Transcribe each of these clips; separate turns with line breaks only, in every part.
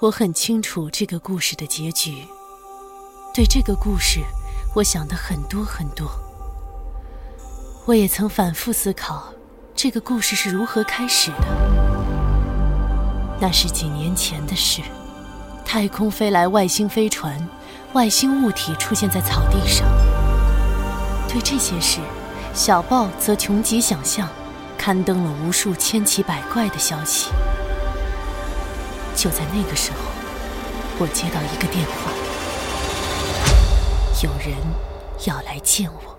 我很清楚这个故事的结局。对这个故事，我想的很多很多。我也曾反复思考，这个故事是如何开始的。那是几年前的事，太空飞来外星飞船，外星物体出现在草地上。对这些事，小报则穷极想象，刊登了无数千奇百怪的消息。就在那个时候，我接到一个电话，有人要来见我。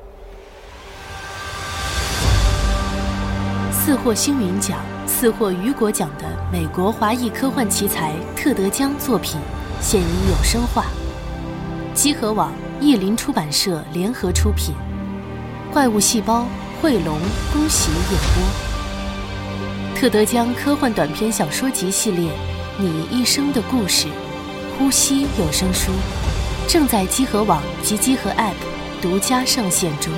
四获星云奖、四获雨果奖的美国华裔科幻奇才特德·江作品现已有声化，积禾网、译林出版社联合出品，《怪物细胞》汇龙、恭喜演播。特德·江科幻短篇小说集系列《你一生的故事》，呼吸有声书正在积禾网及积禾 App 独家上线中。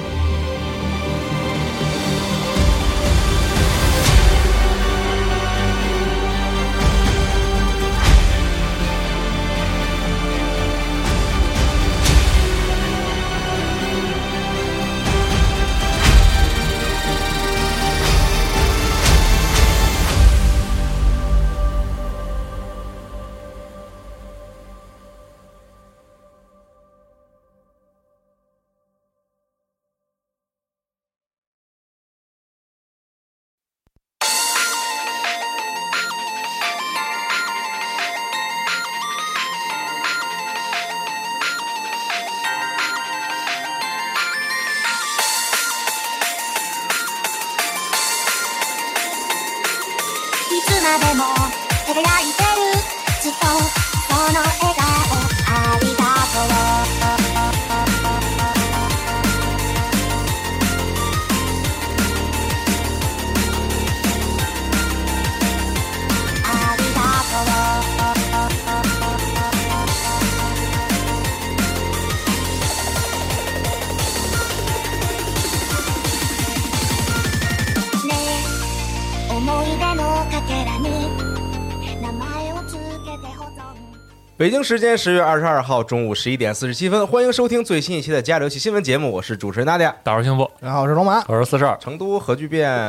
までも輝いてるずっとその笑顔ありがとうありがとう
北京时间十月二十二号中午十一点四十七分，欢迎收听最新一期的《加流奇新闻节目》，我是主持人大家。
打扰幸福，
然后我是龙马，
我是四十二。
成都核聚变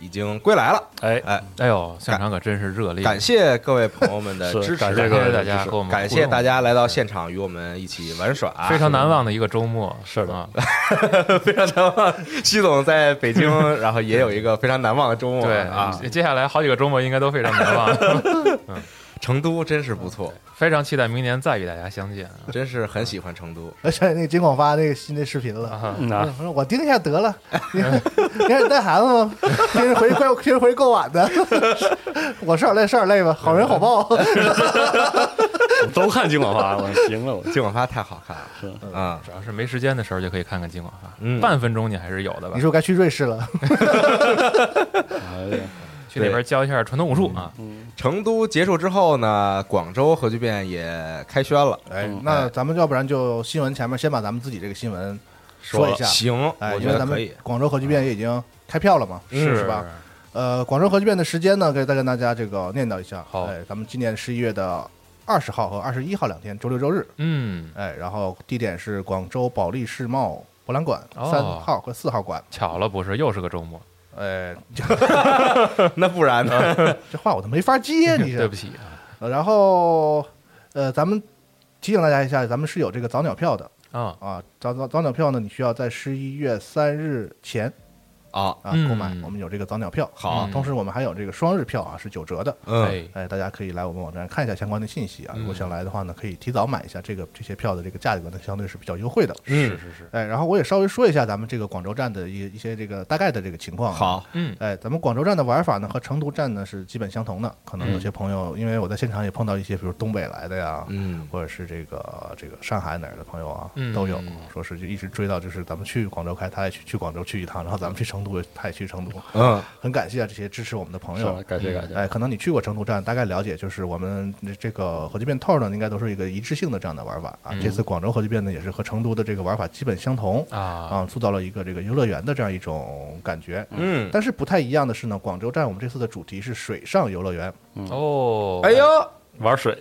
已经归来了，
哎
哎，
哎呦，现场可真是热烈，
感谢各位朋友们 的
是
支持，
感谢各位大家
支持
和我们
感
互
谢
动
大家来到现场与我们一起玩耍，啊
非常难忘的一个周末。是的，
非常难忘。西总在北 京，然后也有一个非常难忘的周末
对嗯
啊，
接下来好几个周末应该都非常难忘，
成都真是不错，
非常期待明年再与大家相见。啊
真是很喜欢成都。
而且哎那个金广发那个新的视频了。
嗯
啊，
我 说我盯一下得 了，你看你看你带孩子吗？平时回去怪平时回去够晚的， 我事儿累事儿累吧，好人好报。
嗯
都看金广发，我行了，我
金广发太好看了啊！
主要是没时间的时候就可以看看金广发，
嗯
半分钟你还是有的吧
你？说我该去瑞士了，
哎呀
去那边教一下传统武术啊。
成都结束之后呢，广州核聚变也开宣了。
哎，那咱们要不然就新闻前面先把咱们自己这个新闻说一下，
行，
哎，
我
因
觉
为
得
咱
可
们
以。
广州核聚变也已经开票了嘛，
嗯
是吧？？呃，广州核聚变的时间呢，给再跟大家这个念叨一下。
好
哎，咱们今年十一月的二十号和二十一号两天，周六周日。
嗯，
哎，然后地点是广州保利世贸博览馆
哦
三号和四号馆。
巧了，不是又是个周末，
哎，这
那不然呢？
这话我都没法接，你
对
这
不。起啊
呃然后，呃，咱们提醒大家一下，咱们是有这个早鸟票的
啊。
啊。早早早鸟票呢，你需要在十一月三日前
啊，
啊
嗯
购买。我们有这个早鸟票。啊
好
同时我们还有这个双日票啊，是九折的。
嗯，
哎，
哎，大家可以来我们网站看一下相关的信息啊。如果
嗯
想来的话呢，可以提早买一下这个这些票的这个价格呢，相对是比较优惠的。
嗯
是是是，
哎，然后我也稍微说一下咱们这个广州站的一一些这个大概的这个情况。，
好，
嗯，
哎，咱们广州站的玩法呢和成都站呢是基本相同的，可能有些朋友、因为我在现场也碰到一些，比如东北来的呀。
嗯，
或者是这个这个上海哪儿的朋友啊，
嗯
都有说是就一直追到，就是咱们去广州开，他也去去广州去一趟，然后咱们去成都，他也去成都，
嗯，
很感谢啊这些支持我们的朋
是
友
吧，感谢感谢。
哎，可能你去过成都站，大概了解，就是我们这个核聚变套呢，应该都是一个一致性的这样的玩法啊。这次广州核聚变呢，也是和成都的这个玩法基本相同
啊，
啊，塑造了一个这个游乐园的这样一种感觉。
嗯，
但是不太一样的是呢，广州站我们这次的主题是水上游乐园，
哦，
哎，呦，
玩水，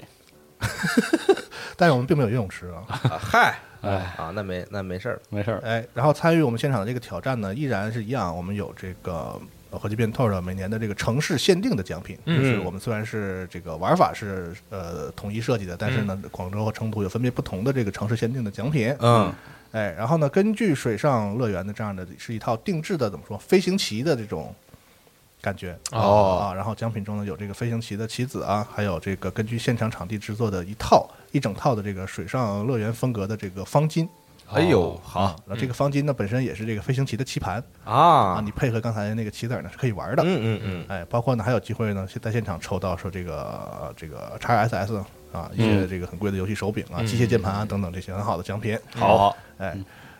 但是我们并没有游泳池啊。
啊 嗨
哎，
啊，那没那没事儿了，
没事儿，
哎，然后参与我们现场的这个挑战呢，依然是一样，我们有这个呃合集变透的每年的这个城市限定的奖品，
嗯
就是我们虽然是这个玩法是呃统一设计的，但是呢，广州和成都有分别不同的这个城市限定的奖品。
嗯，
哎，然后呢，根据水上乐园的这样的是一套定制的怎么说飞行棋的这种。感觉
哦
啊，然后奖品中呢有这个飞行棋的棋子啊，还有这个根据现场场地制作的一套一整套的这个水上乐园风格的这个方巾，
哎呦，
哦
好嗯
然后啊这个方巾呢本身也是这个飞行棋的棋盘啊，
啊，
你配合刚才那个棋子儿呢是可以玩的。
嗯嗯嗯，
哎，包括呢还有机会呢，在现场抽到说这个呃这个 XSS
嗯
啊，一些这个很贵的游戏手柄啊、机械键盘啊等等这些很好的奖品。
嗯
好，
哎，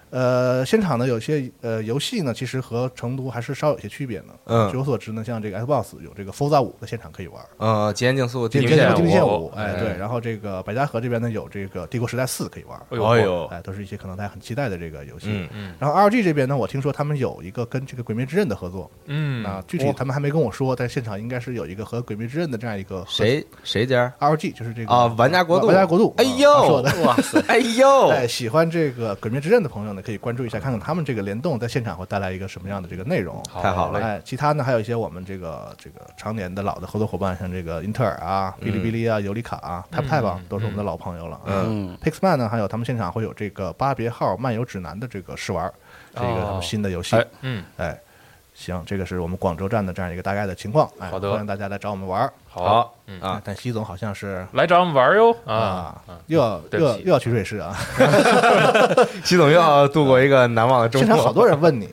呃，现场呢有些呃游戏呢，其实和成都还是稍有些区别的。
嗯
据我所知呢，像这个 Xbox 有这个 Forza 五在现场可以玩。
呃，极限竞速，
这
地
个
平
《
线
线
地平线五
五》
哎
哎
对，然后这个百家河这边呢有这个《帝国时代四》可以玩，
哎呦
哎呦，
哎，都是一些可能大家很期待的这个游戏。
嗯
嗯
然后 RG 这边呢，我听说他们有一个跟这个《鬼灭之刃》的合作，
嗯
啊，具
哦
体他们还没跟我说，但现场应该是有一个和《鬼灭之刃》的这样一个合
谁谁家
RG，就是这个
啊？玩家国度，
玩家国度，
哎
啊
呦
他说的。，
哇塞， 哎呦，
哎，喜欢这个《鬼灭之刃》的朋友呢，可以关注一下，看看他们这个联动在现场会带来一个什么样的这个内容。
太好了，
哎，其他呢还有一些我们这个这个常年的老的合作伙伴，像这个英特尔啊、
嗯
哔哩哔哩啊、尤里卡啊、t a p t a p 啊，都是我们的老朋友了啊。
嗯，
Pixman 呢，还有他们现场会有这个《巴别号漫游指南》的这个试玩，是
哦
一个他们新的游戏。
哎
嗯，
哎，行，这个是我们广州站的这样一个大概的情况。哎，
好的
欢迎大家来找我们玩儿
好，
哎但西总好像是
来找我们玩儿哟啊！
啊，又要
对不
又要
起
又要去瑞士啊！
习总又要度过一个难忘的周
现场
末，
好多人问你，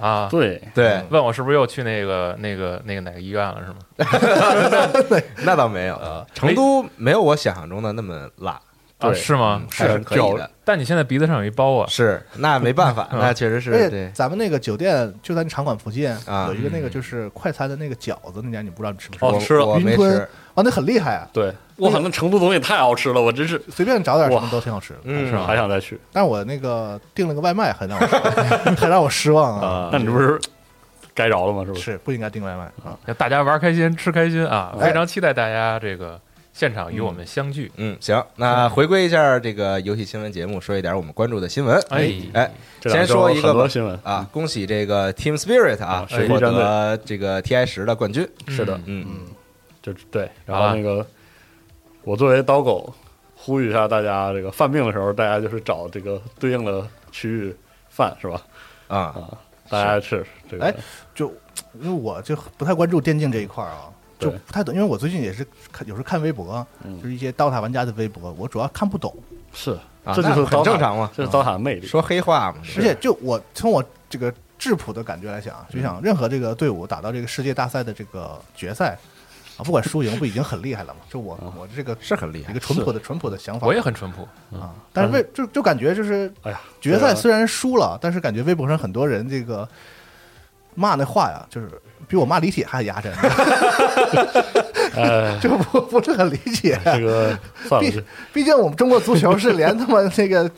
啊，
对，
对，
问我是不是又去那个那个那个哪个医院了是吗？
嗯
那倒没有，成都没有我想象中的那么辣，
啊，
对
是吗？
嗯还是可以的，
但你现在鼻子上有一包啊，
是，那没办法，那确实是
而且
对，
咱们那个酒店就在场馆附近
啊
有一个那个就是快餐的那个饺子那家，你不知道你吃不吃？
哦
我
吃了
我没
云
吃
吞，哦，那很厉害啊，
对，我靠，那成都东西太好吃了，我真是
随便找点什么
哇
都挺好吃的。
嗯
是吧还想再去
但我那个订了个外卖，很让我失望 很让我失望啊！
啊？那你这不是该着了吗？是不是？
是不应该订外卖啊。
大家玩儿开心，吃开心啊！
哎
非常期待大家这个现场与我们相聚。
嗯，行，那回归一下这个游戏新闻节目，说一点我们关注的新闻。
哎
哎，
这两
先
周
说一个
很
吧
多新闻，
啊，恭喜这个 Team Spirit 啊
啊，水
获
翼战队
得这个 TI 十的冠军。
是的，
嗯，
就对，然
好吧
后那个我作为刀狗，呼吁一下大家，这个犯病的时候，大家就是找这个对应的区域犯是吧？
啊，
啊，大家吃这个，
哎就因为我就不太关注电竞这一块儿啊，就
对
不太懂，因为我最近也是看有时候看微博，就是一些 DOTA 玩家的微博，我主要看不懂，
是，
啊
这就
那
是
很
刀塔
正常嘛
这是刀塔的魅力。
说黑话嘛，
而且就我从我这个质朴的感觉来讲，啊就想任何这个队伍打到这个世界大赛的这个决赛啊，不管输赢，不已经很厉害了吗？就我我这个
是很厉害
一个淳朴的淳朴的想法，
我也很淳朴，
啊，但是为就就感觉就是
哎呀，
决赛
这
虽然输了，但是感觉微博上很多人这个骂那话呀，就是比我骂李铁还压真，
哎，
就不不是很理解。
这个算了
毕，毕竟我们中国足球是连他妈那个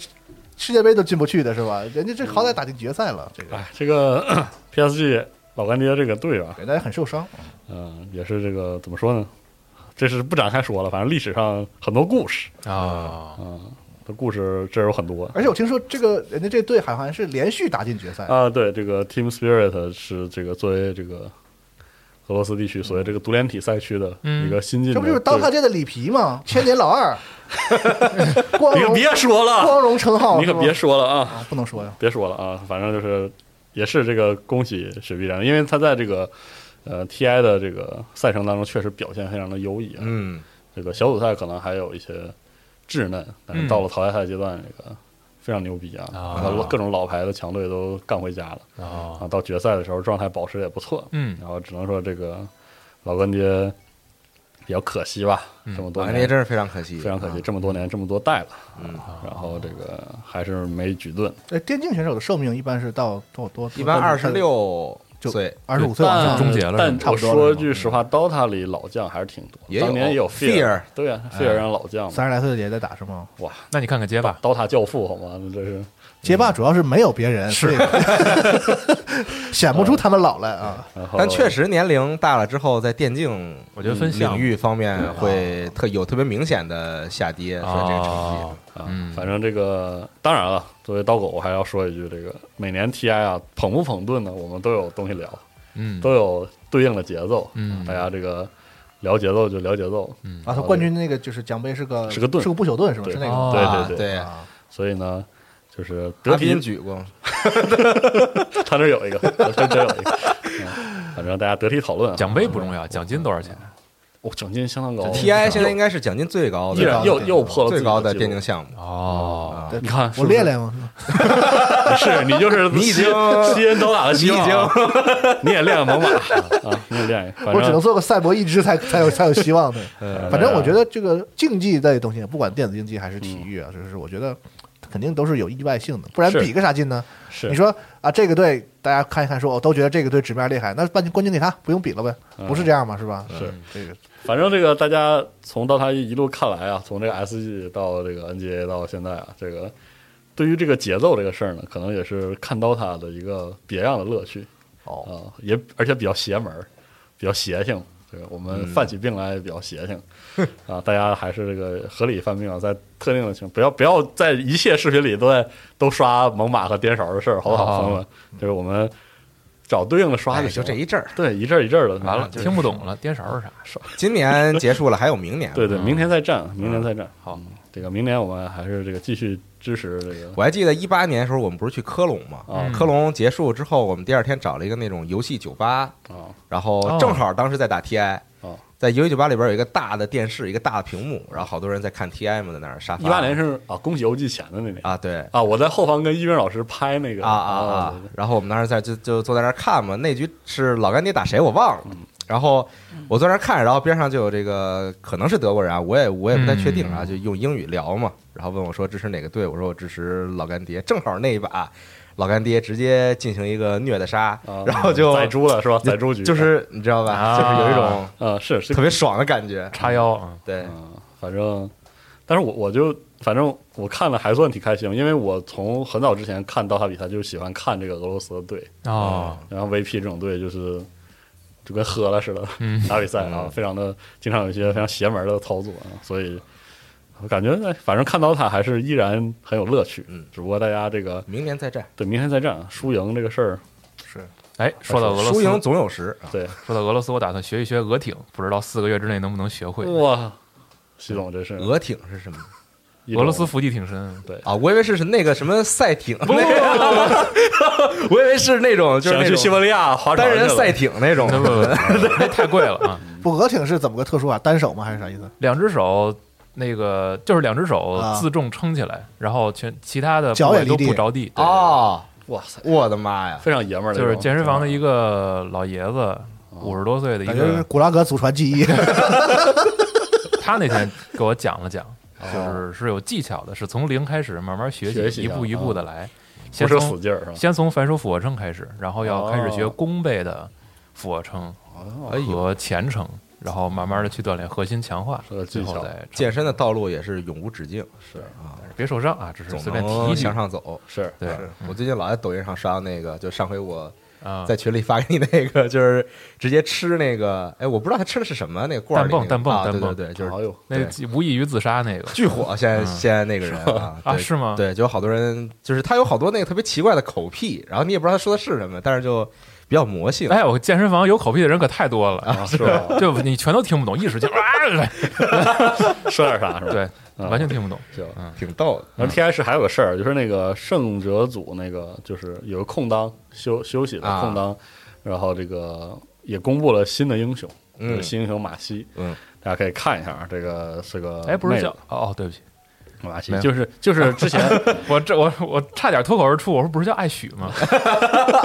世界杯都进不去的是 吧？人家这好歹打进决赛了，这个
哎，这个 PSG 老干爹这个队啊，
给大家很受伤。
嗯，也是这个怎么说呢？这是不展开说了，反正历史上很多故事
哦
啊，
的故事，这有很多。
而且我听说这个人家这队好像是连续打进决赛，
啊，对，这个 Team Spirit 是这个作为这个俄罗斯地区所谓这个独联体赛区的一个新进
嗯这
的
不
队
就
伍，
是刀塔界的里皮吗？千年老 二，光
你可
荣
别说了，
光荣称号，
你可
是吗
别说了啊，
啊，不能说呀。
别说了啊，反正就是也是这个恭喜雪碧然，因为他在这个呃 TI 的这个赛程当中确实表现非常的优异啊，
嗯，
这个小组赛可能还有一些稚嫩，但是到了淘汰赛阶段，这个非常牛逼啊！
啊
然后各种老牌的强队都干回家了
哦
啊！到决赛的时候状态保持得也不错，
嗯
然后只能说这个老干爹比较可惜吧，这么多
老干
年
爹真是非常可惜，
非常可惜，
啊。嗯
这么多年这么多代了，啊然后这个还是没举盾，
呃，电竞选手的寿命一般是到多多，
一般二十六
就
岁
二十五岁往
但
上啊
终。结了
但
差
我
不多了
说句实话，DOTA 里老将还是挺多
也
的，
有
当年也有
Fear 哎
对啊，费尔让老将嘛，
三十来岁的也在打是吗？
哇，
那你看看街霸，
刀塔教父好吗？那这是
街霸主要是没有别人，是 显
嗯
不出他们老来啊。
然后
但确实年龄大了之后，在电竞
我觉得分项
领
目
域方面会特有特别明显的下跌，说这个成
哦
绩，
啊，
嗯
反正这个当然了，作为刀狗，我还要说一句，这个每年 TI 啊捧不捧盾呢，我们都有东西聊，
嗯
都有对应的节奏，
嗯
大家这个聊节奏就聊节奏，
嗯
啊，他冠军那个就是奖杯是个
是个盾
是个不朽盾是吧？
对
是那个
哦
吗
对
对对
对，
啊，
所以呢，就是
德
得
比
体
举过，
他那儿有一个，他真有一个， 嗯反正大家得体讨论啊，
奖杯不重要，奖金多少钱？
哦，奖金相当高
TI 现在应该是奖金最高
依然
的，
又
又又破了自
最
己
高的
的
电
记
竞
录，
项目。
哦，
你看是
我
不是
练练嘛，
是你就是
你已
吸
经
吸引刀打的希望啊， 你也练个猛犸啊，你也练一个，反
我只能
正
做个赛博一只才才有才有希 望的。
呃，
反正我觉得这个竞技类东西，不管电子竞技还是体育啊，就是我觉得肯定都是有意外性的，不然
嗯是
比个啥劲呢？
呃是
你说啊，这个队大家看一看说，哦我都觉得这个队纸面厉害，那冠军冠军给他，不用比了呗？不是这样嘛，是吧？
嗯
嗯
是
这个
反正这个大家从到他一路看来啊，从这个 SG 到这个 NGA 到现在啊，这个对于这个节奏这个事儿呢，可能也是看到他的一个别样的乐趣啊、
哦，
也而且比较邪门儿，比较邪性。这个我们犯起病来也比较邪性、啊，大家还是这个合理犯病啊，在特定的情况，不要不要在一切视频里都在都刷猛犸和颠勺的事儿，好不好，朋友们？就是我们找对应的刷
哎
就
就
行了
这一阵儿，
对一阵儿一阵儿的
完了，
就是
听不懂了，颠勺是啥？
今年结束了，还有明年。
对对，明天再战，明年再战。
好
嗯，这个明年我们还是这个继续支持这个
我还记得一八年的时候，我们不是去科隆嘛？
啊
嗯
科隆结束之后，我们第二天找了一个那种游戏酒吧，
啊
然后正好当时在打 TI，、
哦
在游戏酒吧里边有一个大的电视，一个大的屏幕，然后好多人在看 TI 嘛，在那儿沙发。
一八年是啊，恭喜游记前的那年
啊，对
啊，我在后方跟一鸣老师拍那个哦
啊啊啊！然后我们当时在就就坐在那儿看嘛，那局是老干爹打谁我忘
嗯
了。然后我坐那儿看，然后边上就有这个可能是德国人啊，我也我也不太确定啊，
嗯
就用英语聊嘛，然后问我说支持哪个队，我说我支持老干爹，正好那一把老干爹直接进行一个虐的杀
啊，
然后就
宰猪了是吧？宰猪局
就是你知道吧，
啊
就是有一种
啊，是是
特别爽的感觉，
叉腰啊，
对，
嗯，反正，但是我我就反正我看了还算挺开心，因为我从很早之前看刀塔比赛就喜欢看这个俄罗斯的队，
哦，
然后 VP 这种队就是就跟喝了似的，
嗯
打比赛啊，非常的经常有一些非常邪门的操作啊，所以我感觉哎，反正看刀塔还是依然很有乐趣，
嗯，
只不过大家这个
明年再战，
对明天再战啊输赢这个事儿，
是
哎，说到俄罗
输赢
斯，
总有时，
对，
说到俄罗斯，我打算学一学俄挺，不知道四个月之内能不能学会。
哇，习总这是
俄挺是什么
一种
俄罗斯伏地挺身，
啊？我以为是是那个什么赛艇， 我以为是那种就是
想
那
去西
种
伯利亚划船
单
去
人
了
赛艇那种
不，不不，那太贵了啊！
不俄挺是怎么个特殊法？啊单手吗？还是啥意思？
两只手。那个就是两只手
啊
自重撑起来，然后全其他的
脚
部
也
位都
离地
不着地，对
啊
哦，
哇塞，
我的妈呀！
非常爷们儿的一
就
种，
是健身房的一个老爷子，五十多岁的一
感觉是
个，
古拉格祖传技 艺，
他那天给我讲了讲，就是是有技巧的，是从零开始慢慢学
学
习，
习
一
啊
步一步的来，先
不是死
从
劲儿是吧？
先从反手俯卧撑开始，然后要开始学
哦
弓背的俯卧撑
哦
和前撑，然后慢慢的去锻炼核心强化
是个，技
最后
巧
再
健身的道路也是永无止境，
别受伤啊，只是
总
随便提一
能
句
向，上走。
是
对嗯
我最近老在抖音上刷到那个，就上回我
啊，
在群里发给你那个，就是直接吃那个，哎，我不知道他吃的是什么，那个罐儿里那个
蛋泵
啊
蛋
对
泵
对对，
蛋泵
就是
哎呦，
那无异于自杀那个
巨火，现在现在那个人啊
啊
对
是吗
对，就有好多人，就是他有好多那个特别奇怪的口癖，然后你也不知道他说的是什么，但是就比较魔性。
哎，我健身房有口癖的人可太多了，
啊是吧？
就你全都听不懂，一时就啊，
说点啥是吧？
对，
啊
完全听不懂。
行。
挺逗的。
然后 T I 是还有个事儿，就是那个胜者组那个就是有个空档休休息的
啊
空档，然后这个也公布了新的英雄，
嗯
就是新英雄马西，
嗯，
大家可以看一下啊，这个是个
哎，不是
妹子
叫哦，哦对不起，
马西
没，有
就是就是 之前
我这我我差点脱口而出，我说不是叫艾许 吗？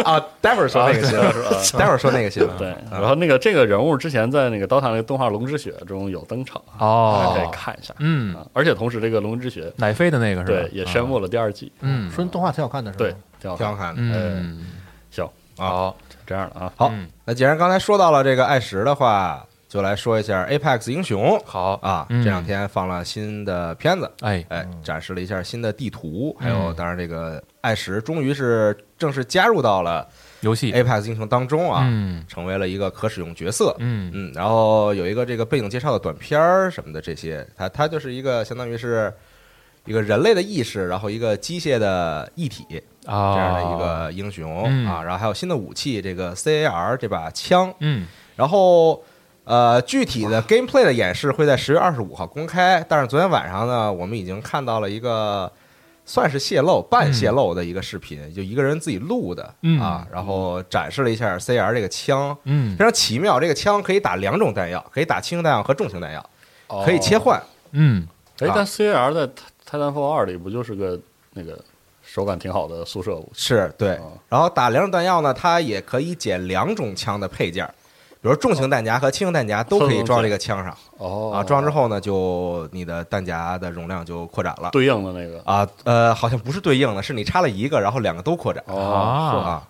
啊，待会儿说那个新
啊是吧
闻， 待会儿说那个新闻。
对，然后那个这个人物之前在那个刀塔那个动画《龙之血》中有登场，大家可以
哦，
看一下
嗯，
啊。而且同时，这个《龙之血》
奶飞的那个是吧？
对也宣布了第二季，
嗯，
说那动画挺好看的，是吧？
对，挺好
挺好
看。
看的。
嗯，
行，
好
好，
这样了啊，
哎好
嗯，
那既然刚才说到了这个爱食的话，就来说一下 Apex 英雄
好，
啊，
嗯
这两天放了新的片子，
哎，
哎，展示了一下新的地图，还
嗯
有当然这个艾什终于是正式加入到了
游戏，
Apex 英雄当中啊，
嗯
成为了一个可使用角色。
嗯
嗯，然后有一个这个背景介绍的短片儿什么的，这些，它它就是一个相当于是一个人类的意识，然后一个机械的一体这
啊，
样的一，个英雄、
嗯
啊，然后还有新的武器，这个 CAR 这把枪，
嗯
然后呃，具体的 gameplay 的演示会在十月二十五号公开，但是昨天晚上呢，我们已经看到了一个算是泄露、半泄露的一个视频，就一个人自己录的、
嗯
啊，然后展示了一下 CR 这个枪。
嗯
非常奇妙，这个枪可以打两种弹药，可以打轻型弹药和重型弹药，哦可以切换。
嗯，
哎
啊，
但 CAR 在《泰坦 f 二》里不就是个那个手感挺好的宿舍武器？
是对
哦，
然后打两种弹药呢，它也可以捡两种枪的配件儿，比如重型弹夹和轻型弹夹都可以装这个枪上
哦
啊。装之后呢，就你的弹夹的容量就扩展了。
对应的那个
啊，呃，好像不是对应的，是你插了一个，然后两个都扩展
哦，
啊
啊。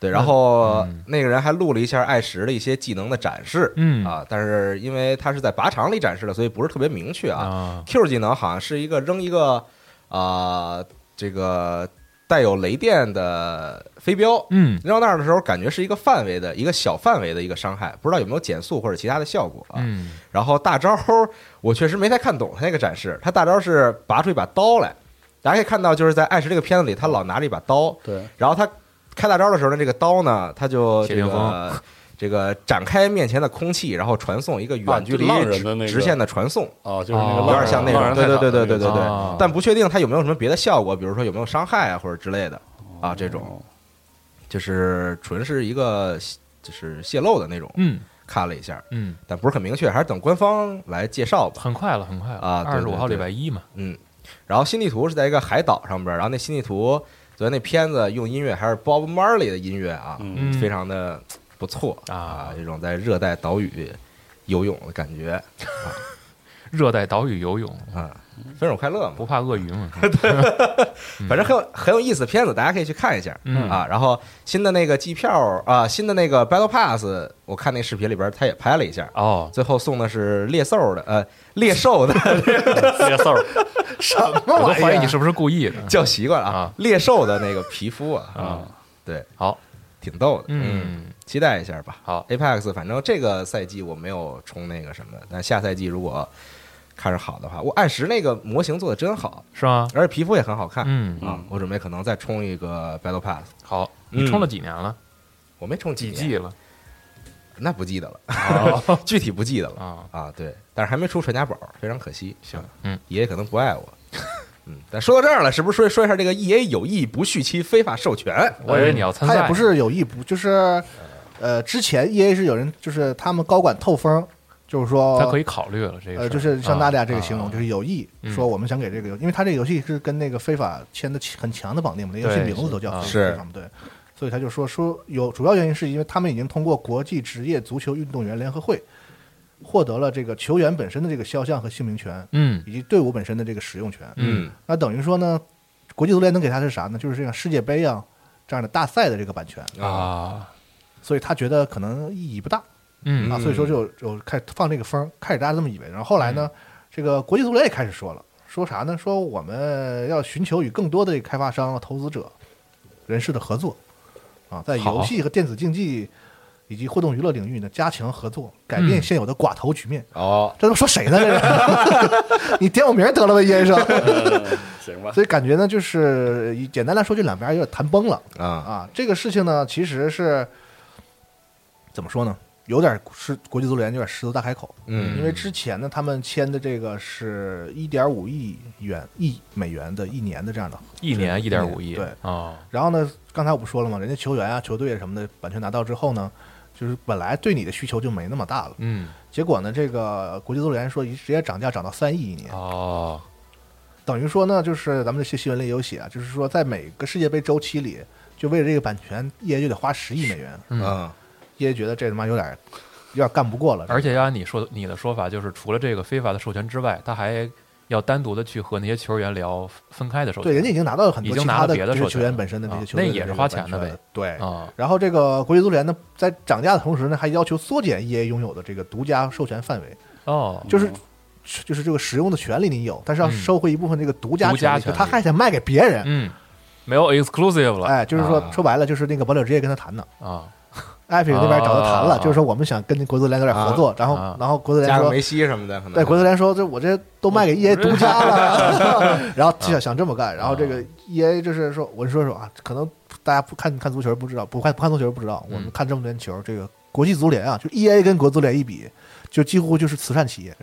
对，然后
嗯
那个人还录了一下艾什的一些技能的展示
嗯
啊，但是因为他是在靶场里展示的，所以不是特别明确啊。
啊，
Q 技能好像是一个扔一个啊，这个带有雷电的飞镖。
嗯
扔到那儿的时候，感觉是一个范围的一个小范围的一个伤害，不知道有没有减速或者其他的效果啊。
嗯
然后大招儿我确实没太看懂他那个展示，他大招是拔出一把刀来，大家可以看到，就是在艾什这个片子里，他老拿着一把刀，
对，啊
然后他开大招的时候呢，这个刀呢，他就这
谢霆
个
锋
这个展开面前的空气，然后传送一个
啊
远距离
浪人的那个
直线的传送，
哦，就是那个
哦
浪
有点
人
像那种
浪人
对对
太
对对
傻的
对对
那个
对
啊，
但不确定他有没有什么别的效果，比如说有没有伤害啊或者之类的啊，这种
哦
就是纯是一个就是泄露的那种，
嗯
看了一下，
嗯，
但不是很明确，还是等官方来介绍吧。
很快了，很快了
啊对
二十
对
五号
对
礼拜一嘛，
嗯，然后新地图是在一个海岛上边儿，然后那新地图昨天那片子用音乐还是 Bob Marley 的音乐啊，
嗯
嗯，
非常的不错
啊
这种在热带岛屿游泳的感觉
热带岛屿游泳，
啊，
嗯
分手快乐嘛
不，怕鳄鱼嘛，
反正很有很有意思的片子，大家可以去看一下。
嗯
啊，然后新的那个机票啊，新的那个 Battle Pass，我看那视频里边儿他也拍了一下，
哦，
最后送的是猎兽的，呃，猎兽的
猎兽儿
什么
我都
玩意
怀疑你
儿？啊
是不是故意的。
叫习惯了
啊
猎兽的那个皮肤啊，
啊，
对，
好，
挺逗的，
嗯，
期待一下吧。
好
，Apex，反正这个赛季我没有冲那个什么，但下赛季如果看着好的话，我按时那个模型做的真好，
是吗？
而且皮肤也很好看、
嗯，
啊。我准备可能再冲一个 Battle Pass，
好，
嗯
你充了几年了？
我没冲几
几
年哦
哦季了？
那不记得了， 具体不记得了
啊，
啊。对，但是还没出传家宝，非常可惜。行，
嗯，
爷爷可能不爱我。 嗯，但说到这儿了，是不是说说一下这个 E A 有意不续期非法授权？
我以为你要参
他
赛，
也不是有意不，就是呃，之前 E A 是有人就是他们高管透风，就是说
他可以考虑了这个事儿。
呃，就是像大家这个
啊
形
啊
容，
啊
就是有意
嗯
说我们想给这个游，因为它这个游戏是跟那个非法签的很强的绑定嘛，那游戏
对
名字都叫
是啊
非
是
法嘛，对，所以他就说说有主要原因是因为他们已经通过国际职业足球运动员联合会获得了这个球员本身的这个肖像和姓名权，
嗯
以及队伍本身的这个使用权。
嗯
那等于说呢，国际足联能给他是啥呢？就是这样世界杯啊这样的大赛的这个版权，
嗯
啊，
所以他觉得可能意义不大。
嗯
啊，所以说就有有开放这个风儿，开始大家这么以为，然后后来呢，这个国际足联也开始说了，说啥呢？说我们要寻求与更多的开发商、投资者、人士的合作，啊，在游
好
戏和电子竞技以及互动娱乐领域呢加强合作，改变
嗯
现有的寡头局面。
哦，
这都说谁呢？这是 你点我名儿得了呗， 先生。
嗯行吧，
所以感觉呢，就是以简单来说，这两边儿有点谈崩了。
啊，
啊，这个事情呢，其实是怎么说呢？有点是国际足联有点狮子大开口，
嗯
因为之前呢，他们签的这个是一点五亿元亿美元的一年的这样的，
一年一点五亿，
对
啊，
然后呢，刚才我不说了吗？人家球员啊、球队啊什么的版权拿到之后呢，就是本来对你的需求就没那么大了，
嗯，
结果呢，这个国际足联说一直接涨价涨到三亿一年，
哦，
等于说呢，就是咱们这些新闻里有写啊，就是说在每个世界杯周期里，就为了这个版权，EA 就得花十亿美元，
嗯
啊，
也觉得这他妈有点有点干不过了。
而且要按你说你的说法，就是除了这个非法的授权之外，他还要单独的去和那些球员聊分开的授权。
对，人家已经拿到了很多
已
其
经拿
他
了
的
别的
职业
授
球
权
员
了
本身的这
啊
些球
那
队
也
这
是
个
花
版
钱的
权
呗。
对，
啊，
然后这个国际足联呢，在涨价的同时呢，还要求缩减 EA 拥有的这个独家授权范围，
哦，
就是就是这个使用的权利你有，但是要
嗯
收回一部分这个独家
独家
权利，
权
就
利
他还想卖给别人。
嗯，没有 exclusive 了，
哎，就是说
啊
说白了，就是那个堡垒之夜跟他谈呢，
啊，
艾菲那边找他谈
啊
了，就是说我们想跟国足联有点合作，然后
啊
然后国足联
加上
嗯说
梅西什么的，可能
对，国足联说这我这都卖给 EA 独家了， 然后就想想这么干，然后这个 EA 就是说，我就说说啊，可能大家不看看足球不知道，不看不看足球不知道，我们看这么多年球，这个国际足联啊，就 EA 跟国足联一比，就几乎就是慈善企业，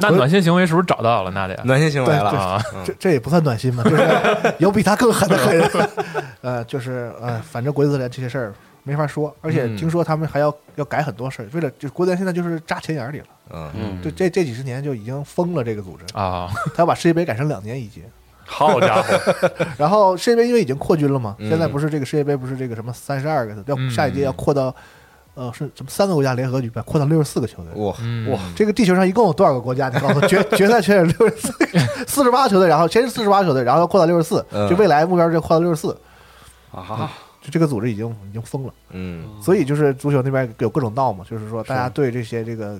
那暖心行为是不是找到了？那得
暖心行为了啊，
啊，
这这也不算暖心嘛，就是有比他更狠的狠人，呃，就是呃，反正国际足联这些事儿没法说，而且
嗯
听说他们还要要改很多事儿，为了就是国足联现在就是扎钱眼儿里了，
嗯，
嗯
就这这几十年就已经疯了这个组织，
啊，
他要把世界杯改成两年一届。
好家伙，
然后世界杯因为已经扩军了嘛，
嗯
现在不是这个世界杯不是这个什么三十二个，要
嗯
下一届要扩到，呃，是什么三个国家联合举办，扩到六十四个球队。
哇，
嗯
哇，这个地球上一共有多少个国家？ 你告诉我，决决赛圈有六十四，四十八球队，然后先是四十八球队，然后要扩到六十四，
嗯
就未来目标就扩到六十四，
啊，
就这个组织已经已经疯了。
嗯
所以就是足球那边有各种闹嘛，就是说大家对这些这个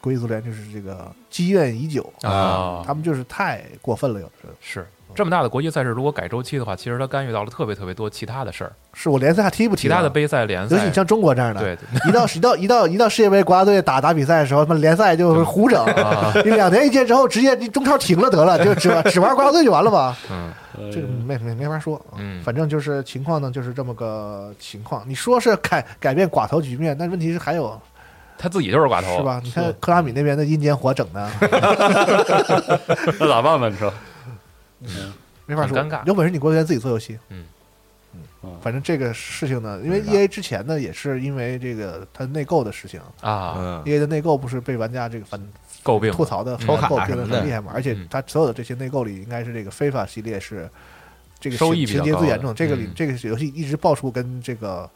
国际足联就是这个积怨已久，
啊，
他们就是太过分了，有的时候
是这么大的国际赛事，如果改周期的话，其实它干预到了特别特别多其他的事儿，
是我联赛还踢不踢
其他的
了
杯赛、联
尤其
赛
你，像中国这样的，
对，
一到一到一到一到世界杯国家队打打比赛的时候，他妈联赛就胡整，
啊
你 两年一届之后，直接你中超停了得了，就只玩只玩国家队就完 了吧？
嗯
这个
哎
没没没法说，啊
嗯
反正就是情况呢，就是这么个情况。你说是改改变寡头局面，但问题是还有
他自己就是嗯寡头，
是？吧？你看克拉米那边的阴间火整的，
那咋办吧？你说，
没法说，
很尴尬
有本事你过来自己做游戏，
嗯
嗯，反正这个事情呢，因为
尴尬
E A 之前呢也是因为这个它内购的事情
啊，
嗯
，E A 的内购不是被玩家这个反
诟病
吐槽的
嗯
很
抽
够
卡
变得
什么的
很厉害嘛，而且
嗯
它所有的这些内购里，应该是这个非法系列是这个
收
情
益比较
情节
高
最
的
严重，这个里
嗯
这个游戏一直爆出跟这个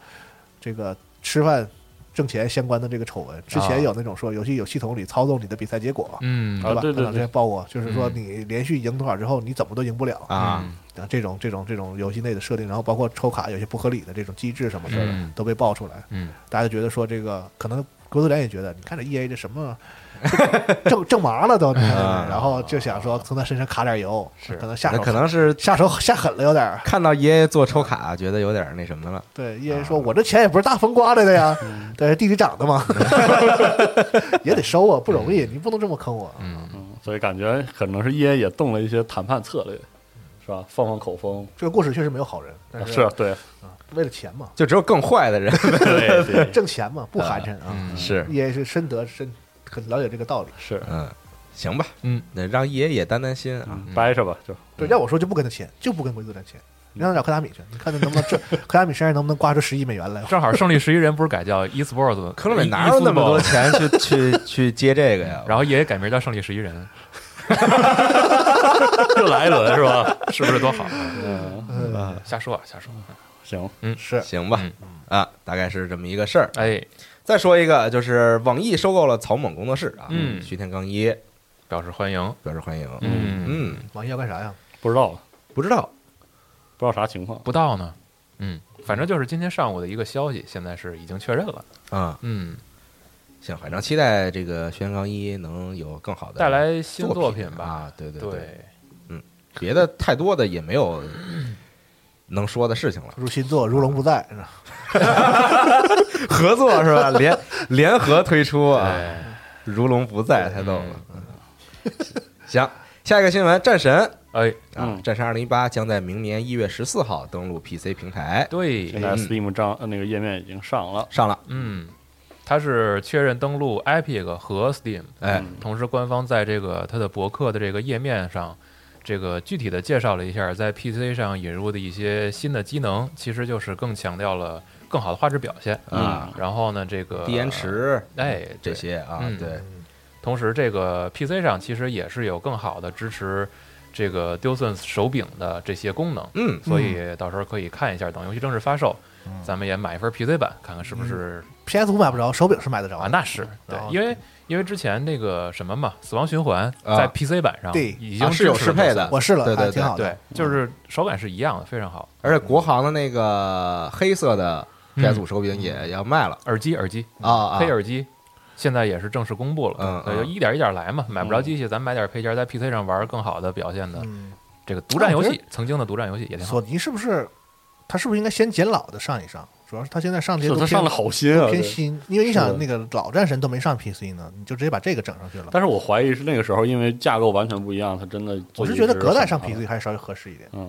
这个吃饭。挣钱相关的这个丑闻，之
啊
前有那种说游戏有系统里操纵你的比赛结果，
嗯
对吧？
啊对对
看到之前报过，就是说
嗯
你连续赢多少之后，你怎么都赢不了
啊，
啊这种这种这种游戏内的设定，然后包括抽卡有些不合理的这种机制什么的
嗯
都被爆出来，
嗯
大家就觉得说这个可能国足联也觉得，你看这 E A 这什么正正麻了都，你看
啊
然后就想说从他身上卡点油，
是
可能下
那
手
可能是
下手下狠了有点儿。
看到爷爷做抽卡，觉得有点那什么了，
对 E A 说，我这钱也不是大风刮来的呀， 对，地里长的嘛，也得收啊，不容易，你不能这么坑我。
嗯，
嗯，所以感觉可能是 EA 也动了一些谈判策略，是吧？放放口风，
这个故事确实没有好人，
哎
但
是啊 对，
为了钱嘛，
就只有更坏的人
对对
挣钱嘛，不寒碜啊。
是
E A 是深得深很了解这个道理，
是，
嗯，行吧，
嗯，
那让爷爷也担担心啊，
嗯掰扯吧，就
对，要我说就不跟他签，就不跟国际足联签，你让他找科达米去，你看他能不能 挣，科达米身上能不能刮出十亿美元 来。
正好胜利十一人不是改叫 esports，
克罗美哪有那么多钱去去去接这个呀？
然后也改名叫胜利十一人，
又来一轮是吧？
是不是多好？
嗯，
嗯，
瞎说啊，瞎说。
行，
是
行吧
嗯，
啊，大概是这么一个事儿。
哎，
再说一个，就是网易收购了草蜢工作室啊，
嗯
徐天刚一
表示欢迎。
表示欢迎，
嗯，
嗯，
网易要干啥呀？
不知道
不知道，
不知道啥情况，
不到呢。嗯，反正就是今天上午的一个消息，现在是已经确认了。
啊，
嗯，
行，反正期待这个徐天刚一能有更好的
带来新
作
作品吧。
啊，对对对，
对，
别的太多的也没有能说的事情 了。
如新作如龙不在，是吧
合作是吧？ 联联合推出啊，
哎，
如龙不在太逗了。嗯行，下一个新闻，战神
哎，
啊，
嗯
战神二零一八将在明年一月十四号登陆 PC 平台，
现
对，
哎
在 Steam 账呃那个页面已经上了，
上了，
嗯，它是确认登录 Epic 和 Steam，
哎，
嗯
同时官方在这个它的博客的这个页面上。这个具体的介绍了一下，在 PC 上引入的一些新的机能，其实就是更强调了更好的画质表现
啊。
然后呢，这个
低延，迟
哎，
这
呃对
些啊，
嗯
对，
同时，这个 PC 上其实也是有更好的支持这个 d u s e n s 手柄的这些功能，
嗯
所以到时候可以看一下，等游戏正式发售，咱们也买一份 PC 版，看看是
嗯
不是
PS 五买不着，手柄是买得着
啊
的。？
那是对
然，后
因为因为之前那个什么嘛，《死亡循环》
啊
在 PC 版上
对
已
啊
经
是有
支持
适配的
了
我试了，
对对
还挺好的。
对，就是手感是一样的，非常好。
而且国行的那个黑色的 PS 五
嗯
手柄也要卖了
耳机，耳机
啊啊
黑！耳机现在也是正式公布了，
嗯
对
嗯
就一点一点来嘛，买不着机器，咱买点配件，在 PC 上玩更好的表现的
嗯，
这个独占游
我
戏，曾经的独占游戏也挺好。
索尼是不是他是不是应该先捡老的上一上？主要是他现在上这些
是
都
他
偏
上的好新啊，
偏
对
新，因为你
是
想
的
那个老战神都没上 PC 呢，你就直接把这个整上去了。
但是我怀疑是那个时候，因为架构完全不一样，它真的
我
做
是
移
觉得
植
隔代
很
上
麻
PC
烦
还是稍微合适一点
嗯，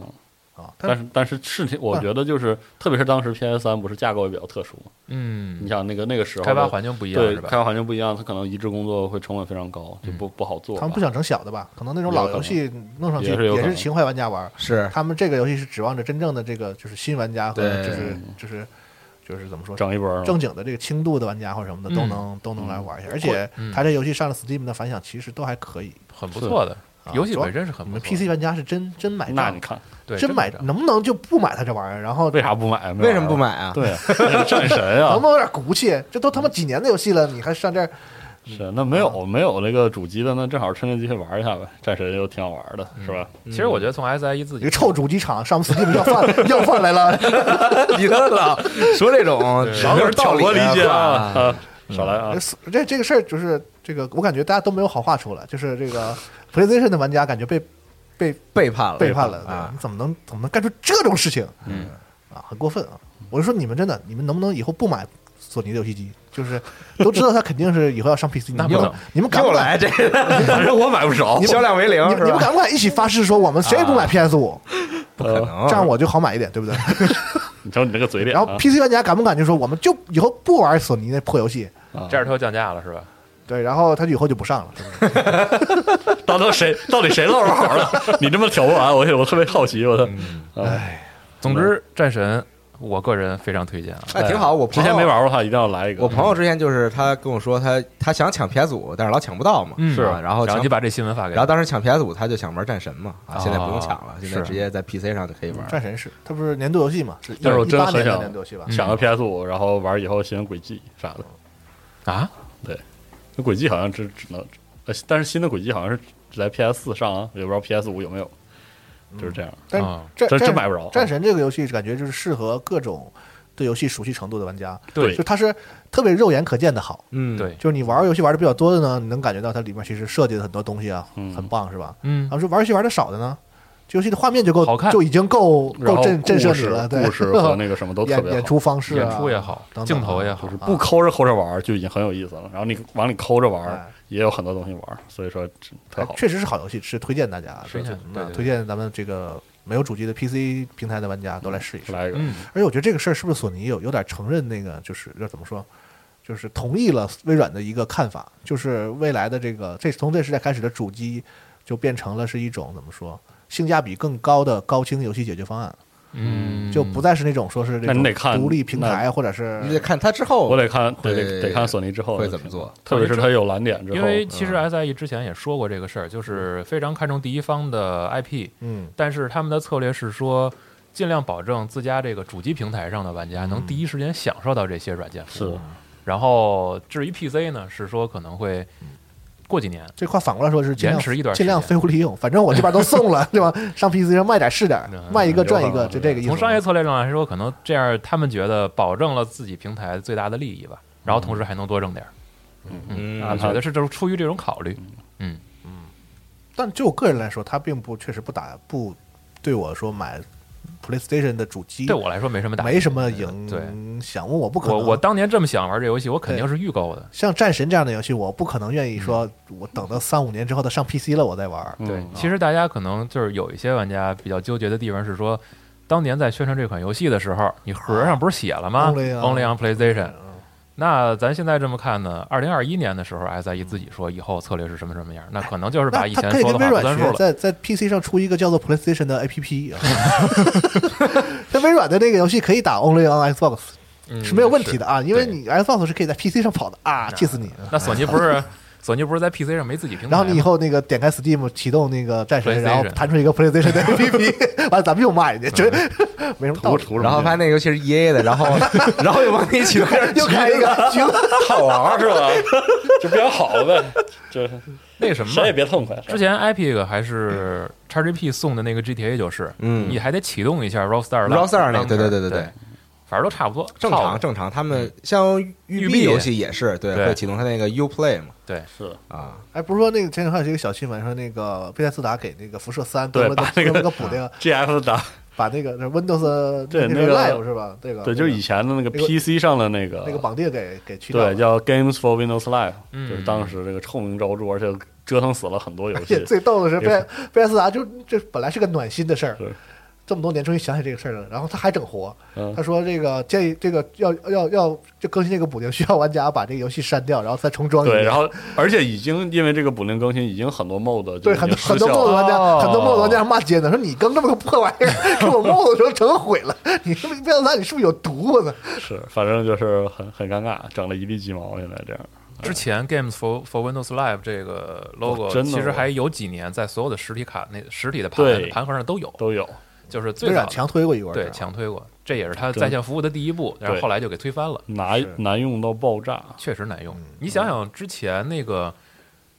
啊。
但
是
是但是是挺，我
嗯
觉得就是，特别是当时 PS 三不是架构也比较特殊嘛，
嗯
你，想那个那个时候
开发
的
环境不一样
对
是
开
吧？
发环境不一样，它可能移植工作会成本非常高，就不不好做吧。
他们不想整小的吧？可能那种
有
老
可
游
能
戏弄上去
也是有
也
可
是
能
情怀玩家玩儿，
是
他们这个游戏是指望着真正的这个就是新玩家和
对
就是就是就是怎么说
整一波儿嘛
正经的这个轻度的玩家或者什么的都
嗯
能都能来玩一下，而
或
且他这游戏上了 Steam 的反响其实都还可以。
很不错的
啊
游戏
主要
本身是很
你
不
们
错的
PC 玩家是真真买
那
账
你看
对
真买
的
能不能就不买他这玩意儿？然后
为啥不买？没
为什么不
玩儿啊？
买啊？
对，那是战神
能
啊
不，能有点骨气？这都他妈几年的游戏了，你还上这儿？
是那没有没有那个主机的，那正好趁这机会玩一下呗。战神又挺好玩的，是吧？
其实我觉得从 SIE 自
一个
己
臭主机厂上我们 Steam 要饭要饭来了，
你的老说这种
对
老有道理啊
挑拨离
的
间
话，
啊， 少来 啊！
这这个事儿就是这个，我感觉大家都没有好话说了，就是这个 PlayStation 的玩家感觉被
背叛了，
背叛了，对
啊
你！怎么能怎么能干出这种事情？
嗯
啊，很过分啊！我就说你们真的，你们能不能以后不买索尼的游戏机？就是都知道它肯定是以后要上 PC，你
那
们
不能
你们敢
又
不敢？
来这
反正我买不 着，
销量为零
你们
是
你们
吧？
敢不敢一起发誓说我们谁也不买 PS 五、
不可能，
这样我就好买一点，对不对？
嗯你瞅你这个嘴脸
然后
啊，
PC 玩家敢不敢就说我们就以后不玩索尼那破游戏？
啊
这样它又降价了是吧？
对，然后他以后就不上了，是不是？
到底谁到底谁露着好了？你这么挑拨完，我我特别好奇，我操！哎，
总之，战神我个人非常推荐啊，
哎，挺好。我
之
朋
前
友
没玩过的话，一定要来一个。
我朋友之前就是他跟我说他他想抢 PS 五，但是老抢不到嘛，
嗯
是
啊然后
然后
抢
就。把这新闻发给
然后
我，
当时抢 PS 五，他就想玩战神嘛，啊，
哦
现在不用抢了，现在
是
直接在 PC 上就可以玩。
战神是，它不是年度游戏嘛？是
但是我
一
真的
八
很
年的
想
年度游戏吧？
嗯想个 PS 五，然后玩以后新的轨迹啥的。
啊，
那轨迹好像只只能，呃，但是新的轨迹好像是只在 PS 四上啊，也不知道 PS 五有没有，就是这样。
但
啊
战
这
战
这买不着
战神这个游戏感觉就是适合各种对游戏熟悉程度的玩家，
对
就它是特别肉眼可见的好。
嗯，
对，
就是你玩游戏玩的比较多的呢，你能感觉到它里面其实设计的很多东西啊，
嗯
很棒是吧？
嗯
然，后说玩游戏玩的少的呢，这游戏的画面就够
好看
就已经够
然
够
后
震震
故
慑你
事
了，对，
故事和那个什么 都特
演
别
演
好，
出方式、啊、
演出也好，
等等啊
镜头也好
就，是
不抠着抠着玩就已经很有意思了。然后你往里抠着玩
哎，
也有很多东西玩，所以说这特好。
确实是好游戏，是推荐大家的，
推荐
嗯
对对
推荐咱们这个没有主机的 PC 平台的玩家都来试一试。
来一个，
嗯，
而且我觉得这个事儿是不是索尼有有点承认那个就是要怎么说，就是同意了微软的一个看法，就是未来的这个这从这时代开始的主机就变成了是一种怎么说性价比更高的高清游戏解决方案，
嗯，
就不再是那种说是
那
这
你得
种
看
独立平台或者
你得
是
看他之后
我得看得
会
得得看索尼之后
哦会怎么做，
特别是它有蓝点之后，
因为其实 SIE 之前也说过这个事儿，就是非常看重第一方的 IP，
嗯
但是他们的策略是说，尽量保证自家这个主机平台上的玩家能第一时间享受到这些软件服务。
是
然后至于 PC 呢，是说可能会过几年，
这话反过来说是尽量
延迟一段时间
尽量废物利用，反正我这边都送了，对 吧？上 PC 上卖点是点儿，
嗯
卖一个赚一
有可
个，
能
就这个意思。
从商业策略上来说，可能这样他们觉得保证了自己平台最大的利益吧，然后同时还能多挣点儿。
嗯
我觉得是就是出于这种考虑，嗯，
但就我个人来说，它并不确实不打不对我说买 PlayStation 的主机
对我来说没什么打击，
没什么
对，
影响。问我不可
我
能，
我当年这么想玩这游戏，我肯定是预购的。
像战神这样的游戏，我不可能愿意说，
嗯
我等到三五年之后它上 PC 了我再玩。
嗯
对，其实大家可能就是有一些玩家比较纠结的地方是说，当年在宣传这款游戏的时候，你盒上不是写了吗
Only on- 嗯
on PlayStation。那咱现在这么看呢，二零二一年的时候，SIE 自己说以后策略是什么什么样，那可能就是把
那
以
他
前
可以
说
跟
的
微
话不
软
算数
学，
了。
在在 PC 上出一个叫做 PlayStation 的 APP，在微软的那个游戏可以打 Only on Xbox
嗯
是没有问题的啊，因为
对
你 Xbox 是可以在 PC 上跑的啊，气死你！
那索尼不是索尼不是在 PC 上没自己平台
然
吗，
后你以后那个点开 Steam 启动那个战神，
PlayStation
然后弹出一个 PlayStation 的 APP，完了咱们又骂人家，觉得
嗯
没什么道
图
理。
图什么劲，
然后发现那个游戏是 E A 的， 然后然后又往那一起弄点
又开一个，橘子
好玩是吧？就啊比较好呗，这
那什么
谁也别痛快。
之前 Epic 还是 XGP 送的那个 GTA 就是，
嗯
你还得启动一下 Rockstar
Rockstar 那个
Launcher，
对对对对
对
对，
反正都差不多，
正
差
常
不多
正常，他们像嗯育
育
碧
碧
游戏也是对，
对
会启动它那个 U Play 嘛
对，
是
啊，
哎，不是说那个前两天有一个小新闻说那个贝塞斯达给那个辐射三多
对
了个
把
多
那个
了个补那个
GF 打，
把那个那 Windows
对
那
那个
Live 是吧？这个
对，就是以前的那个
那个
PC 上的那个
那个绑定给给去掉
对，
了。
叫 Games for Windows Live，、
嗯
就是当时这个臭名昭著，而且折腾死了很多游
而
戏
且。最逗的是，
也
贝贝斯达就这本来是个暖心的事儿
是，
这么多年终于想起这个事儿了。然后他还整活，
嗯
他说这个建议这个要要要就更新这个补丁，需要玩家把这个游戏删掉，然后再重装一遍。
对，然后而且已经因为这个补丁更新，已经很多 mod 就
对
已经
很多
失
很多
效
mod
了。
玩家，
哦
很多 mod 玩家骂街呢，说你更这么个破玩意 儿，给我 mod 都整毁了，你是不是贝斯达你是不是有毒啊？
是，反正就是很很尴尬，整了一地鸡毛，现在这样。
之前 Games for for Windows Live 这个 logo
真的
其实
我
还有几年在所有的实体卡那实体的盘
对
盘盒上都有，
都有，
就是最
微
早
软强推过一轮，
对
是吧
强推过，这也是它
真
在线服务的第一步，然后
对
后来就给推翻了，
难
是
难用到爆炸。
确实难用。
嗯
你想想之前那个。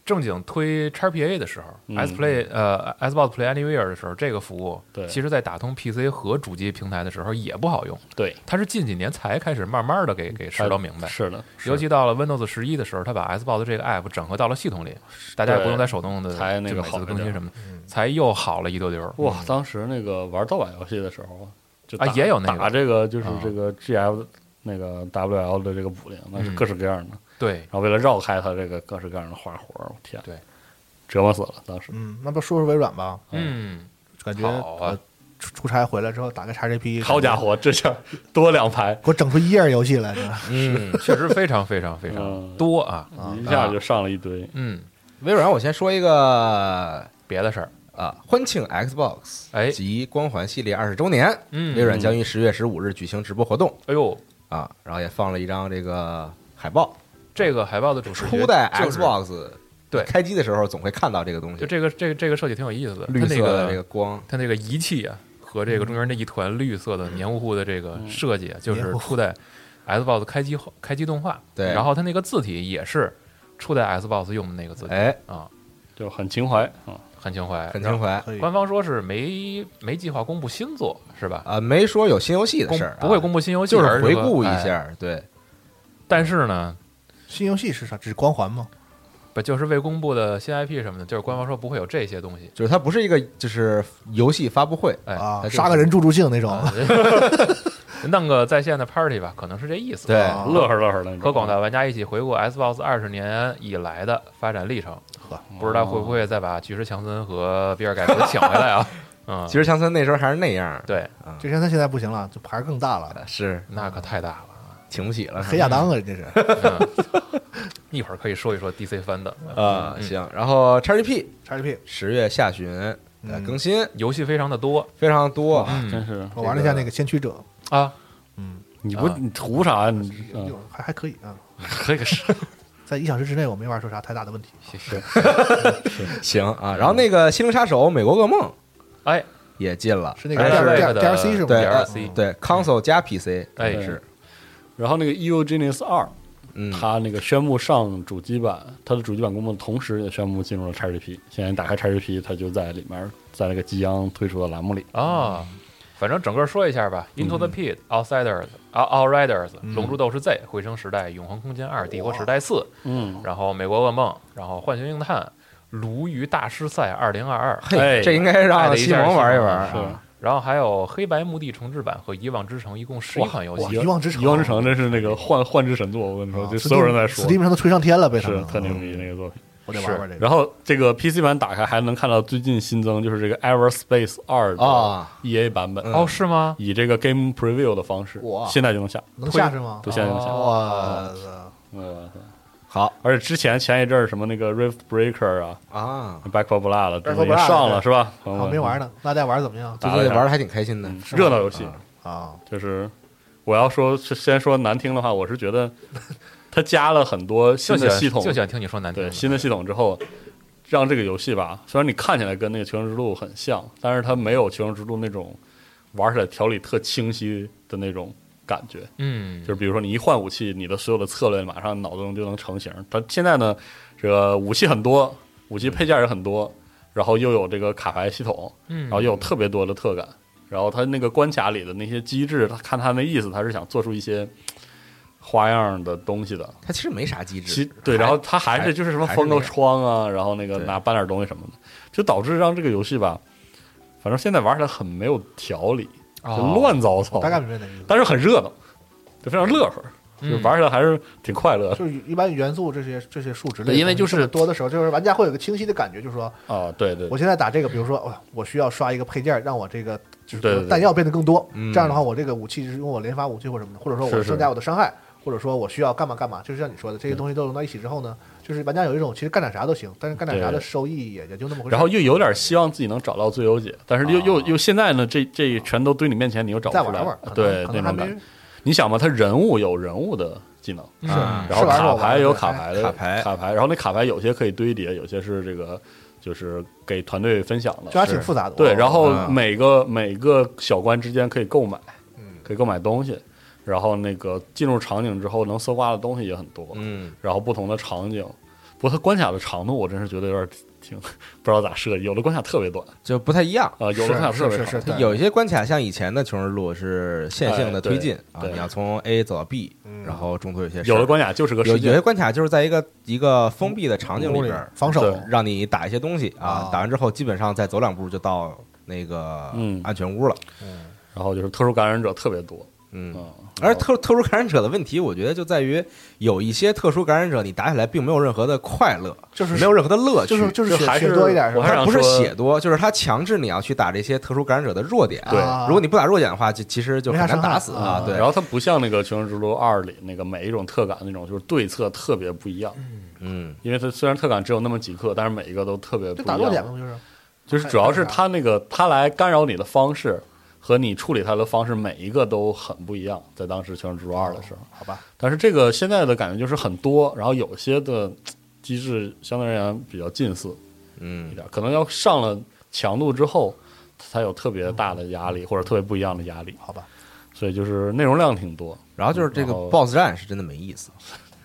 正经推 XPA 的时候、
嗯
s Play 呃 Xbox Play Anywhere 的时候，这个服务
对
其实在打通 PC 和主机平台的时候也不好用，
对，
它是近几年才开始慢慢的给给拾掇明白。
哎嗯是的，
尤其到了 Windows 十一的时候，它把 Xbox 这个 app 整合到了系统里，大家也不用再手动的
才那
这
个
每次
好
更
一
新
点嗯
什么的，才又好了一丢丢。
哇，当时那个玩盗版游戏的时候，就
嗯啊
打
也有那个
打这个就是
啊
这个 GF 那个 WL 的这个补丁，那是
嗯
各式各样的。
对，
然后为了绕开它这个各式各样的花活儿，我天，
对，
折磨死了当时。
嗯，那不说说微软吧，
哦
嗯，
感觉
好啊
呃出出差回来之后打开 XGP，
好家，伙，这下多两排，
给我整出一页游戏来，真的
嗯，
确实非常非常非常
嗯
多啊。
一下就上了一堆。
嗯，
微软我先说一个
别的事儿，
啊，欢庆 Xbox
哎
及光环系列二十周年，
嗯
微软将于十月十五日举行直播活动
哎呦，
啊，然后也放了一张这个海报，
这个海报的主视觉
初代
就是
Xbox
对
开机的时候总会看到这个东西
就，这个这个这个设计挺有意思的，它
绿
那
色的这个
个
光，
它那个仪器啊和这个中间那一团绿色的黏糊糊的这个
嗯
设计啊，就
黏
是
糊糊
初代 Xbox 开机后开机动画，
对
然后它那个字体也是初代 Xbox 用的那个字体
哎，
啊，
就很情怀啊，
很情怀，
很情怀
可以。
官方说是没没计划公布新作是吧？
啊，没说有新游戏的
公
事儿啊，
不会公布新游戏，
就是
而
回
说
顾一。
哎
下，对，
但是呢，
新游戏是啥？只是光环吗？
不就是未公布的新 IP 什么的，就是官方说不会有这些东西。
就是它不是一个就是游戏发布会，
哎，
啊
它，就是
杀个人助助兴那
啊
种，
弄个在线的 party 吧，可能是这意思。
对
啊
乐呵乐呵的。
和广大玩家一起回顾 Xbox 二十年以来的发展历程
呵，
不知道会不会再把巨石强森和比尔盖茨请回来啊？嗯
其，实强森那时候还是那样儿，
对，
这现在现在不行了，这牌儿更大了，
是
那可太大了。
请不起了。
黑亚当啊，人家是。
嗯一会儿可以说一说 DC 翻的，
啊，
嗯
行，然后 XGP
XGP，
十月下旬呃
嗯
更新
游戏非常的多，
非常多，
嗯
真是
我玩了一下那个先驱者，
啊，
你不
啊
你图啥？你啊
有还还可以啊，
这个是
在一小时之内我没玩出啥太大的问题。
谢谢。
行啊，然后那个《心灵杀手：美国噩梦》
哎，
也进了，
是那
还
个
是
D
那
R
个
D R C 是吗？
哎
嗯
对呃
DLC
对 console 加 PC，
哎
是，
然后那个 EU Genius 二，
嗯，
它那个宣布上主机版，它的主机版公布的同时也宣布进入了 XGP。现在你打开 XGP，它就在里面，在那个即将推出的栏目里。
啊，反正整个说一下吧，《Into the Pit》、《Outsiders》、《Outriders》、《龙珠斗士 Z》、《回声时代》、《永恒空间二》、《帝国时代四》，
嗯，
然后《美国噩梦》，然后《浣熊硬汉》、《鲈鱼大师赛二零二二》，
嘿，
哎
这应该
爱
让
的一
西
下
蒙玩一
西蒙
玩，
是
然后还有《黑白墓地重置版》和《遗忘之城》，一共十一款游
哇
戏。
遗忘之城
遗忘之城真是那个幻幻之神作，我跟你说，
啊
就嗯所有人在
Steam-
说，
，Steam 上都吹上天了，被他
是
们
特牛逼那个作品。
我得玩玩这个。
然后这个 PC 版打开还能看到最近新增就是这个 Everspace 二的
啊
EA 版本，
哦，是吗？
以这个 Game Preview 的方式
嗯哇，哦
现在就能下，
能下是吗啊
都？现在就能
哦
下。
我操！
嗯我操！
好
而且之前前一阵儿什么那个 Rift Breaker 啊
啊，
，Back for Blood 这
Back
都
for
已经
Blood，
上了
对
是吧？朋友
啊，
们
没玩呢，那大家玩得怎么样
最
打
近
了一下
玩的还挺开心的，
嗯热闹游戏，
啊？
就是我要说先说难听的话，我是觉得它加了很多新
就喜
的
欢
系统，
就喜欢听你说难听
对
的。
新的系统之后，让这个游戏吧，虽然你看起来跟那个《求生之路》很像，但是它没有《求生之路》那种玩起来条理特清晰的那种感觉。
嗯，
就是比如说你一换武器，你的所有的策略马上脑中就能成型。它现在呢，这个武器很多，武器配件也很多，然后又有这个卡牌系统，
嗯
然后又有特别多的特感。然后它那个关卡里的那些机制，它看它那意思，它是想做出一些花样的东西的。
它其实没啥机制
其，对，
还
然后它还
还
是就是什么
还是
封
那
个
样
窗啊，然后那个
对
拿搬点东西什么的，就导致让这个游戏吧，反正现在玩起来很没有条理，就
哦
乱糟糟
大，概明白你的意思。
但是很热闹，就非常乐呵，就
嗯
玩起来还是挺快乐的
就是一般元素这些这些数值类的东
对
西，
因为就是
这么多的时候，就是玩家会有个清晰的感觉，就是说
啊。对对
我现在打这个，比如说哦我需要刷一个配件，让我这个就
对对
是
对
弹药变得更多。
嗯
这样的话，我这个武器就是用我连发武器或者什么的，或者说
是
我
是
增加我的伤害，或者说我需要干嘛干嘛，就是像你说的这些东西都融到一起之后呢，就是玩家有一种其实干点啥都行，但是干点啥
对
的收益也也就那么回事。
然后又有点希望自己能找到最优解，但是又又又现在呢，这这全都堆你面前，你又找不
再
出
玩
来
玩，可，能
对
可
那
能还
种
没
感觉。你想吧，他人物有人物的技能，
是
啊
嗯然后
是玩儿
卡
我玩儿
牌也有
对
卡
哎
牌的
卡牌
卡牌，然后那卡牌有些可以堆叠，有些是这个就是给团队分享的，
就还挺复杂的。哦
对，
我
然后
嗯
每个每个小关之间可以购买，
嗯
可以购买东西，然后那个进入场景之后能搜刮的东西也很多，
嗯，
然后不同的场景，不过它关卡的长度我真是觉得有点挺 不知道咋设计，有的关卡特别短
就不太一样。
啊、有的关卡特
是
别
是
长，
是是，
它
对
有一些关卡像以前的《求生之路》是线性的推进啊，
哎对
你要从 A 走到 B，
嗯
然后中途有些事儿
有的关卡就是个
有
事
有
件
些，关卡就是在一个一个封闭的场景里边儿，
防守
对
让你打一些东西啊
啊，
打完之后基本上再走两步就到那个
嗯
安全屋了。
然后就是特殊感染者特别多，
嗯，
嗯，
而特特殊感染者的问题，我觉得就在于有一些特殊感染者，你打起来并没有任何的快乐，
就是
没有任何的乐趣，
就是就是
就
血
还
血
是
多一点是
我
吧
还？
它
想
不是
说
血多，就是它强制你要去打这些特殊感染者的弱点。
对
啊
如果你不打弱点的话，就其实就
没
很
啥
难
伤害
打死啊。对，
然后它不像那个《求生之路二》里那个每一种特感那种，就是对策特别不一样。
嗯，
因为它虽然特感只有那么几克，但是每一个都特别不
就
一
打弱点嘛，不
样。
就是
就是主要是它那个它来干扰你的方式和你处理它的方式，每一个都很不一样。在当时《全职猪二》的时候，
好吧？
但是这个现在的感觉就是很多，然后有些的嘖机制相对而言比较近似一
嗯，
点，可能要上了强度之后，才有特别大的压力或者特别不一样的压力。
好吧，
所以就是内容量挺多，
然后就是这个
然后
BOSS 战是真的没意思，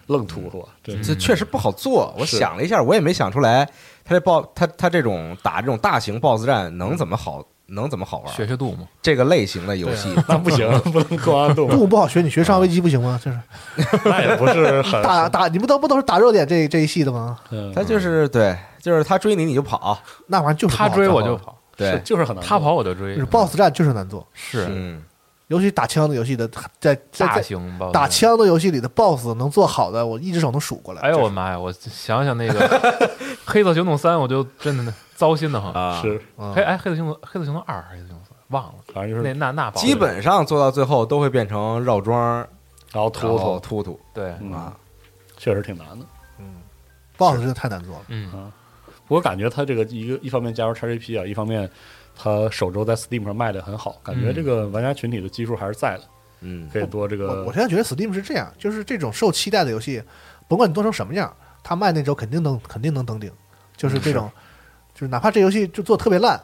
愣突突，对，
这确实不好做。我
是
想了一下，我也没想出来，他这 BOSS 他他这种打这种大型 BOSS 战能怎么好，能怎么好玩？
学学度嘛，
这个类型的游戏，
啊
那不行， 不能光按 动，
度不好学，你学上危机不行吗？就是
那也不是很
打打，你不都不都是打热点这这一系的吗？
嗯
他就是对，就是他追你你就跑，
那玩意儿就是不
他
好
追
做
我就跑，
是
对，
就是很难做，
他跑我就追
就是，BOSS 战就是难做，
是
嗯，
尤其打枪的游戏的，在在
大
在
型吧，
打。枪的游戏里的 BOSS 能做好的，我一只手能数过来。
哎呦
这
我
是
妈呀！我想想那个《黑色行动三》，我就真的糟心的很。
啊，
是，
嗯
黑哎，《黑色行动》《黑色行动二》还是《黑色行动三》忘了，
反正就是
那那那宝贝
基本上做到最后都会变成绕桩，
然后
然
突
后
突
突突，
对，
嗯
啊，
确实挺难的。
BOSS 真的太难做了。
嗯，
不过感觉它这个一个一方面加入 XGP 啊，一方面它首周在 Steam 上卖的很好，感觉
嗯
这个玩家群体的基数还是在的，
嗯，
可以多这
我我
个
现在觉得 Steam 是这样，就是这种受期待的游戏，甭管你做成什么样，它卖那周肯定能肯定能登顶。就是这种，就是哪怕这游戏就做特别烂，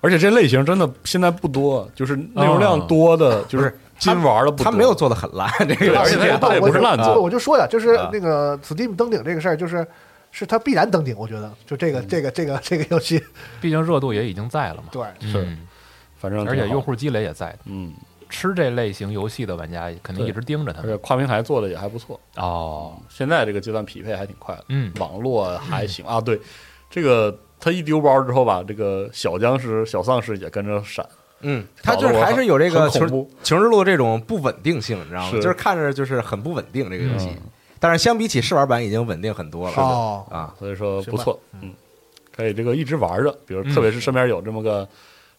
而且这类型真的现在不多，就是内容
啊
量多的，就是金玩的不多，
他没有做的很烂，这
对
个
而且它嗯也它也
我
不是烂
我
作，
我就说呀，就是
啊
那个 Steam 登顶这个事儿，就是是它必然登顶，我觉得就
嗯
这个这个这个这个游 戏，
毕竟热度也已经在了嘛。
对，
是
嗯
反正
而且
挺好
用户积累也在，
嗯，
吃这类型游戏的玩家肯定一直盯着他
而
们
且。跨平台做的也还不错，嗯
哦，
现在这个阶段匹配还挺快的，
嗯
网络还行啊。对，这个他一丢包之后吧，这个小僵尸、小丧尸也跟着闪，
嗯，
搞
他
得
就是
我
还是有这个
很
求
恐怖
求之路这种不稳定性，你知道吗？
是
就是看着就是很不稳定这个游戏
嗯，
但是相比起试玩版已经稳定很多
的
了
哦，
啊。
所以说
行
不
吧
错，嗯，可以这个一直玩着，比如
嗯
特别是身边有这么个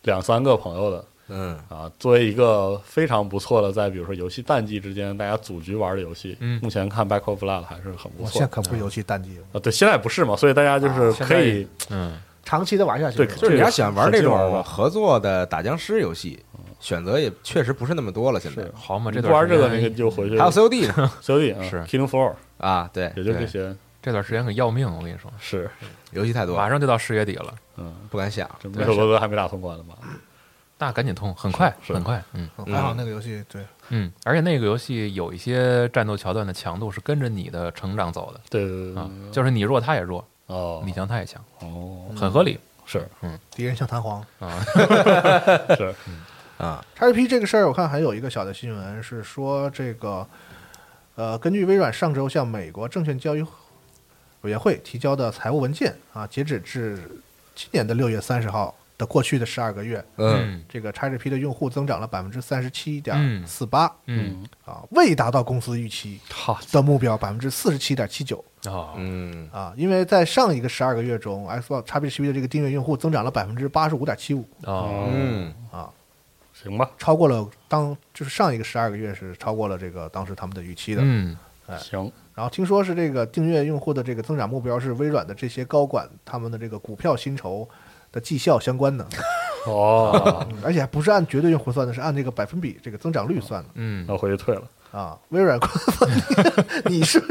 两三个朋友的
嗯，
啊，作为一个非常不错的，在比如说游戏淡季之间大家组局玩的游戏，
嗯
目前看《Back of Blood》还是很不
我现在
错
可不是游戏淡季了，
啊。对，现在不是嘛，所以大家就是
现在
可以
嗯，
长期的玩下去，
对
是吧
就是你要
这个
喜欢玩这
很劲玩
种
吧
合作的打僵尸游戏，选择也确实不是那么多了。现在
是
好嘛，
你
这
不
段
玩
时
这
间
个，你就回去
还有 COD 呢
COD 啊，
是
Killing Floor，
啊，对，
也就这
对
些，
这段时间可要命，我跟你说，
是，
游戏太多，
马上就到十月底了，
嗯，
不敢想。
这魔兽罗德还没打通关呢吧？
那赶紧通，很快，
是
很快，嗯
嗯还好那个游戏对
嗯，而且那个游戏有一些战斗桥段的强度是跟着你的成长走的
对对对
啊
对，，
就是你弱他也弱，
哦
你强他也强，
哦，
很合理
是
敌人像弹簧。
啊。
是，
XGP 这个事儿，我看还有一个小的新闻是说，这个呃，根据微软上周向美国证券交易委员会提交的财务文件啊，截止至今年的六月三十号的过去的十二个月，
呃
嗯，
这个 XGP 的用户增长了百分之三十七点
嗯
四八
嗯，
啊，未达到公司预期
好
的目标百分之四十七点七九
哦，
嗯，
啊，因为在上一个十二个月中，Xbox XGP 的这个订阅用户增长了百分之八十五点七五
哦，
嗯，
啊，
行吧，
超过了当就是上一个十二个月是超过了这个当时他们的预期的。
嗯，
行，
然后听说是这个订阅用户的这个增长目标是微软的这些高管他们的这个股票薪酬的绩效相关的，
哦，
嗯而且还不是按绝对用户算的，是按这个百分比这个增长率算
嗯
那，我回去退了，
的啊。微软官方， 你是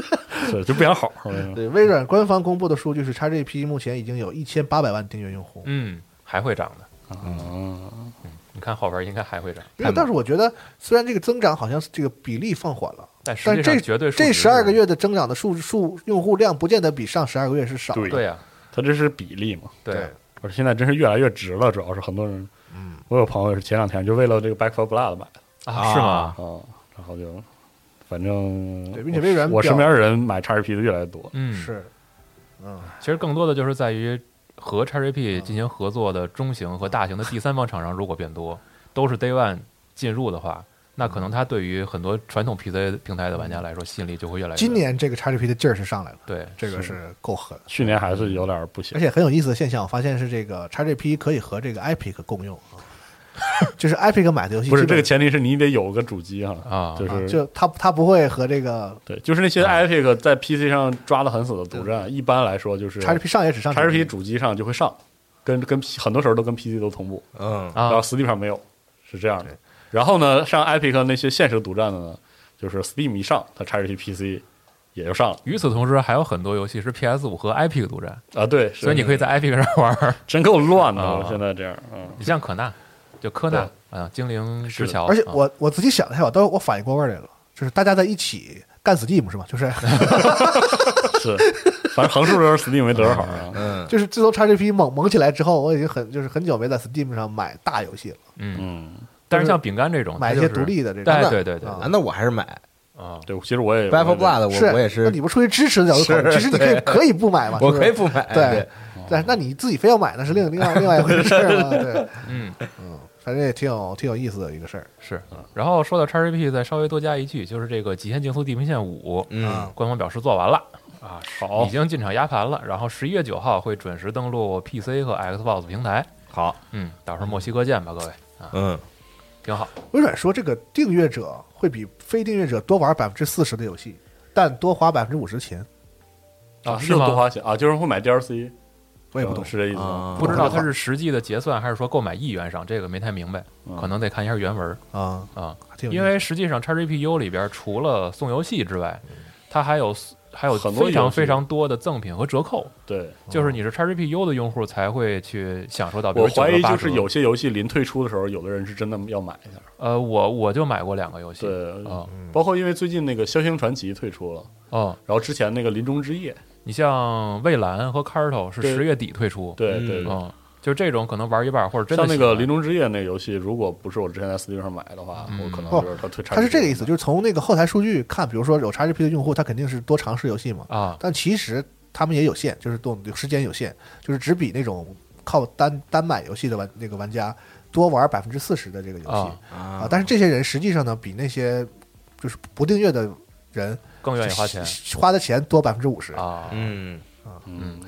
是就不养好，我跟
嗯
你说
对微软官方公布的数据是，XGP 目前已经有一千八百万订阅用户。
嗯，还会涨的。
啊，
你看后边应该还会涨，
因为但是我觉得，虽然这个增长好像是这个比例放缓了，
但实
但
际
这
上绝对数值
这
是
十二个，月的增长的数数用户量，不见得比上十二个月是少。
对
对呀，
它这是比例嘛，
对
对
啊，
而且现在真是越来越值了，主要是很多人，嗯，我有朋友是前两天就为了这个 Back for Blood 买的
啊，是吗？
啊，然后就反正
对并且微软
我
表
身边人买 XGP 的越来越多，
嗯，。
是，嗯，
其实更多的就是在于和
嗯
XGP 进行合作的中型和大型的第三方厂商如果变多，都是 Day One 进入的话，那可能它对于很多传统 PC 平台的玩家来说，吸引力就会越来越。
今年这个 XGP 的劲儿是上来了，
对，
这个是够狠。
去年还是有点不行
而，且很有意思的现象，我发现是这个 XGP 可以和这个 Epic 共用 啊，就是 Epic 买的游戏
不是
基
这
本
个前提是你得有个主机哈，
啊
就
啊
是
就它它不会和这个
对，就是那些 Epic 在 PC 上抓的很死的独占，一般来说就是
XGP 上也只上
XGP 主机上就会上，跟跟 P- 很多时候都跟 PC 都同步，
嗯，
然后
啊，
Steam 上没有，是这样的。然后呢，上 Epic 那些现实独占的呢，就是 Steam 一上，它 XGP PC 也就上了
与此同时，还有很多游戏是 PS 五和 Epic 独占，
啊。对，
所以你可以在 Epic 上玩儿。
真够乱的，
啊
我现在这样，嗯，
你像可纳，就科纳啊，精灵之桥，
而且
啊
我我仔细想了一下，我都我反应过味儿来了，就是大家在一起干 Steam 是吗？就是
是，反正横竖就是 Steam 没得好啊。
嗯
就是自从 XGP 猛猛起来之后，我已经很就是很久没在 Steam 上买大游戏了，
哦
嗯，
嗯，
但是像饼干这种，
买一
它就
些
是
独立的这
哎
种。
对对对对
啊
啊，那我还是买
啊，
对，其实我也
Battle Blood，
是
我我也是
那，你不出于支持的角度考虑，
是
其实你可以
对
可以不买嘛，
我
是不
可
是
以不买，
对，但那你自己非要买那是另另外另外一回事儿了，对，
嗯
嗯，反正也挺有挺有意思的一个事儿
是。然后说到 XGP，再稍微多加一句，就是这个《极限竞速：地平线五》，
嗯，
官方表示做完了。
啊，好
已，经进场压盘了，然后十一月九号会准时登陆 PC 和 Xbox 平台。
好，
嗯，到时候墨西哥见吧，各位，
啊
嗯，
挺好。
嗯
微软说这个订阅者会比非订阅者多玩百分之四十的游戏，但多花百分之五十钱，
啊，
是
又
吗
多花钱啊，就是会买 DLC，
我也不懂。
嗯是这意思吗
啊？
不知道它是实际的结算还是说购买意愿上，这个没太明白，
嗯
可能得看一下原文
啊，
啊。
还挺有意
因
思
为实际上 XGPU 里边除了送游戏之外，它还有还有
嗯很多
非
游
常
戏哦
非常多的赠品和折扣，
对，
就是你是 XGPU 的用户才会去享受到。啊比
我
如九
怀
折
疑
八
就是
折
有些游戏临退出的时候，有的人是真的要买一下。
呃，我我就买过两个游戏，
对
啊
包括因为最近那个《枭雄传奇》退出了，
哦，
然后之前那个《林中之夜》，
你像蔚蓝和 Carto 是
对
十月底退出，
对
嗯
对对，
嗯，就这种可能玩一半或者真的
像那个《
喜
林中之夜》那个游戏，如果不是我之前在 Steam 上买的话，
嗯
我可能就是它退差。
哦它是这个意思，就是从那个后台数据看，比如说有 XGP 的用户，他肯定是多尝试游戏嘛，
欢啊，
但其实他们也有限，就是动时间有限，就是只比那种靠单单买游戏的玩那个玩家多玩百分之四十的这个游戏
啊
啊
啊
但是这些人实际上呢，比那些就是不订阅的人
更愿意花钱
花的钱多百分之五十。
啊，
嗯，
嗯，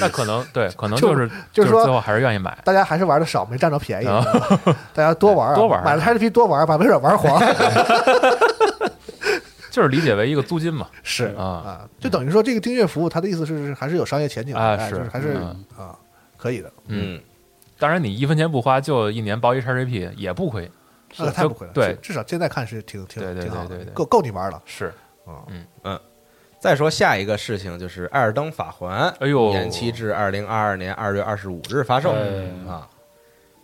那可能对，可能
就
就是
就是说
最后还是愿意买，
大家还是玩的少，没占着便宜。
啊
大家多玩、啊，
多玩
买了 XGP 多玩，把微软玩 黄
就是理解为一个租金嘛
是
啊
啊，就等于说这个订阅服务，它的意思是还是有商业前景的，
啊
哎就是还是
嗯
啊可以的。
嗯，
当然你一分钱不花，就一年包一 XGP 也不亏
那太不亏了。
对
至至少现在看是挺挺
对对
挺好
对对
的，
对
够够你玩了。
是，
再说下一个事情就是《艾尔登法环》，
哎呦
延期至二零二二年二月二十五日发售
哎
啊。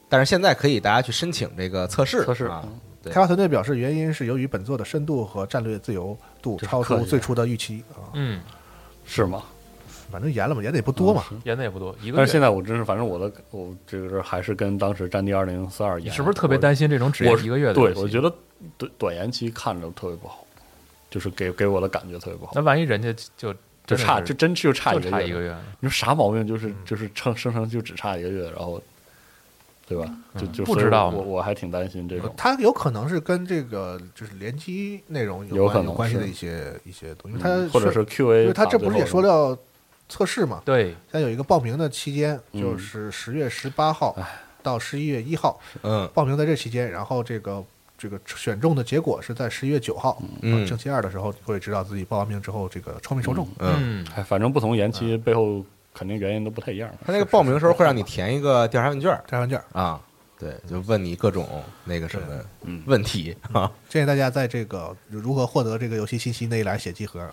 但是现在可以大家去申请这个测试，
测试
啊，
嗯
对
开发团队表示，原因是由于本作的深度和战略自由度
这是
超
客
出
气
最初的预期啊，
嗯，
是吗？
反正延了嘛，延的也不多嘛。
嗯是
演的也不多，一个
但
月。
是现在我真是，反正我的我这个是还是跟当时《战地二零四二》一
你
样，
是不是特别担心这种只
我
演
是
一个月的游
对
戏？，
我觉得短短延期看着特别不好，就是给给我的感觉特别不好
那，万一人家就
就
真的
差
是
就真就差
就
一个
差
月
一个月呢，
你说啥毛病？
嗯
就是就是称生成就只差一个月，然后，对吧？就就
嗯不
所以
知道嘛
我我还挺担心
嗯
这种。
它有可能是跟这个就是联机内容有
有
关
可能
有关系的
是
一些一些东西，
嗯
它
或者是 Q A，
因为它这不是也说了要测试嘛？
对，
现在有一个报名的期间，
嗯
就是十月十八号到十一月一号
嗯
报名在这期间，然后这个这个选中的结果是在十一月九号，啊
嗯
星期二的时候你会知道自己报完名之后这个抽没抽中。
嗯，，
哎，反正不同延
嗯
期背后肯定原因都不太一样。
他那个报名的时候会让你填一个调查问卷儿
加上券，
啊，对，就问你各种那个什么
嗯
问题啊，
建议大家在这个如何获得这个游戏信息那一栏写集合。啊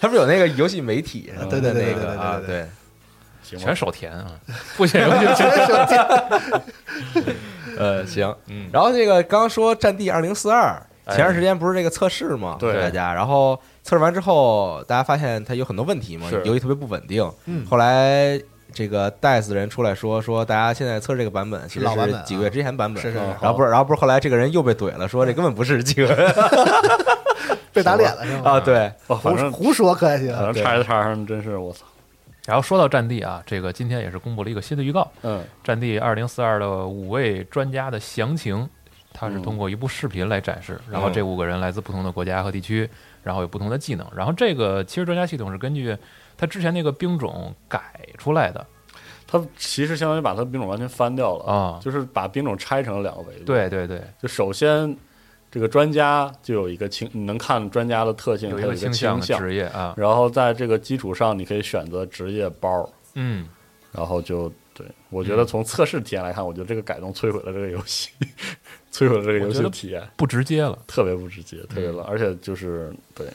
他不是有那个游戏媒体什么的
对对对
那个啊，
对对
对，
对
行吧
全手填啊， 不写游戏
呃，行，嗯，然后这个刚说《战地二零四二》，前段时间不是这个测试嘛，
哎对
给大家，然后测试完之后，大家发现它有很多问题嘛
是，
游戏特别不稳定。
嗯
后来这个 DICE 人出来说，说大家现在测这个版本其实
老版
是
本啊
几个月之前版本，
是是是
哦
嗯
然后不是，然后不是后来这个人又被怼了，说这根本不是几 个
被打脸了是吗？
啊，对，
哦，反
胡
正
胡说可还行？
反正叉一叉上真是我操，
然后说到《战地》啊，这个今天也是公布了一个新的预告，《
嗯，
战地二零四二》的五位专家的详情，它
嗯
是通过一部视频来展示。然后这五个人来自不同的国家和地区，然后有不同的技能。然后这个其实专家系统是根据它之前那个兵种改出来的
它其实相当于把它兵种完全翻掉了，
啊。
就是把兵种拆成了两个维度。，
对对对，
就首先这个专家就有一个倾，你能看专家的特性，
有一
它有
个
一
倾向
倾
的职业啊，
然后在这个基础上，你可以选择职业包，
嗯，
然后就对我觉得从测试体验来看，我觉得这个改动摧毁了这个游戏， 摧毁了这个游戏的体验，
不直接了，
特别不直
嗯
接，特别冷，而且就是对，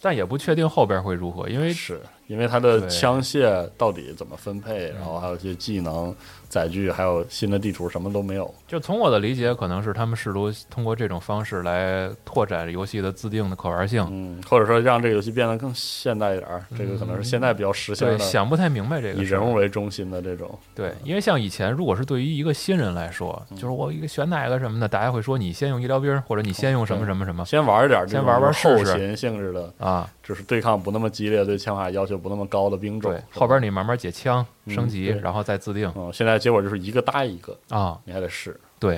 但也不确定后边会如何，因为
是因为它的
对
枪械到底怎么分配，然后还有一些技能、载具，还有新的地图，什么都没有。
就从我的理解，可能是他们试图通过这种方式来拓展游戏的自定的可玩性。
嗯，或者说让这个游戏变得更现代一点儿，这个可能是现在比较实
嗯
现
对，
的，
想不太明白这个
以
事儿
人物为中心的这种。
对，因为像以前，如果是对于一个新人来说，
嗯
就是我一个选哪个什么的，大家会说你先用医疗兵，或者你先用什么什么什么
先玩一点儿这种
先玩玩试
后
试
勤性质的，
啊。
就是对抗不那么激烈，对枪法要求不那么高的兵种
对，。后边你慢慢解枪
嗯
升级，
对
然后再自定
嗯，现在结果就是一个搭一个，
啊。
你还得试。
对，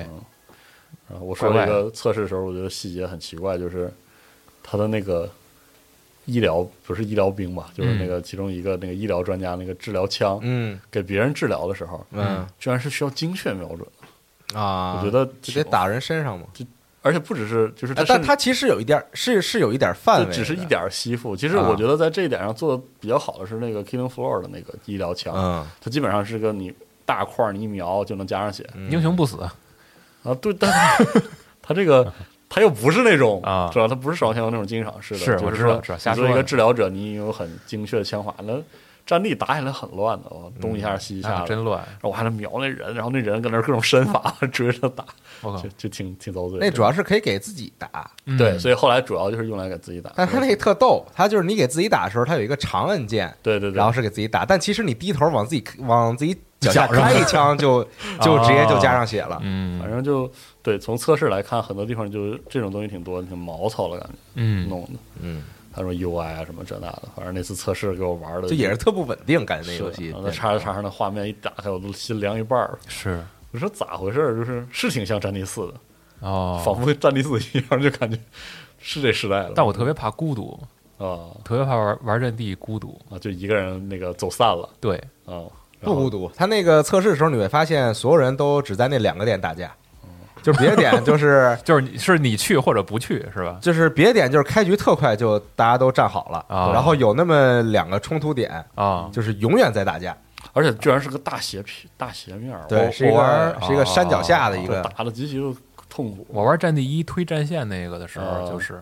然后我说
怪
这
怪
个测试的时候，我觉得细节很奇怪，就是他的那个医疗不是医疗兵吧，就是那个其中一个那个医疗专家那个治疗枪，
嗯
给别人治疗的时候，
嗯
居然是需要精确瞄准，
啊，
嗯我觉得
就
挺
得，打人身上嘛，
而且不只是就是
哎
它
但
甚至
它其实有一点是是有一点范围
就
的，
只是一点儿吸附。其实
啊
我觉得在这一点上做的比较好的是那个 Killing Floor 的那个医疗枪，
嗯，
它基本上是个你大块儿你一瞄就能加上血
嗯
英雄不死，
啊。对，但是 它这个它又不是那种
嗯啊
是吧？它不是手枪那种经常式的，
是
就
我知
说
道知道瞎
你作为一
说
个
的
治疗者，你有很精确的枪法，那战力打起来很乱的，我东一下西一下
啊
的，
真嗯乱！
然后我还能瞄那人，然后那人搁那儿各种身法 追着打，
我靠
就，就挺挺遭罪的。
那主要是可以给自己打，
嗯
对，所以后来主要就是用来给自己打。
但它那个特逗，它就是你给自己打的时候，它有一个长按键，
对对对，
然后是给自己打，但其实你低头往自己往自己脚下
脚上
开一枪就，就直接就加上血了。
嗯
反正就对，从测试来看，很多地方就这种东西挺多，挺毛糙了，感觉
嗯，
弄的。
嗯，
他说 UI 啊什么这那的，反正那次测试给我玩的
就也是特不稳定，感觉那
是
游戏
然后那叉叉叉上的画面一打开，我都心凉一半儿。
是
我说咋回事儿？就是是挺像《战地四》的，仿
哦。
佛《战地四》一样，就感觉是这时代了。
但我特别怕孤独，
啊
特别怕玩玩阵地孤独。
啊，就一个人那个走散了
对，
啊，然
不
后
孤独。它那个测试的时候，你会发现所有人都只在那两个点打架，就是别的点就是
就是你是你去或者不去是吧？
就是别的点就是开局特快就大家都站好了，
啊
然后有那么两个冲突点
啊，
嗯
就是永远在打架，
而且居然是个大斜片大斜面儿，
对，
我
是一
我玩
个是一个山脚下的一个，
打的极其的痛苦。
我玩战地一推战线那个的时候，
哦
就是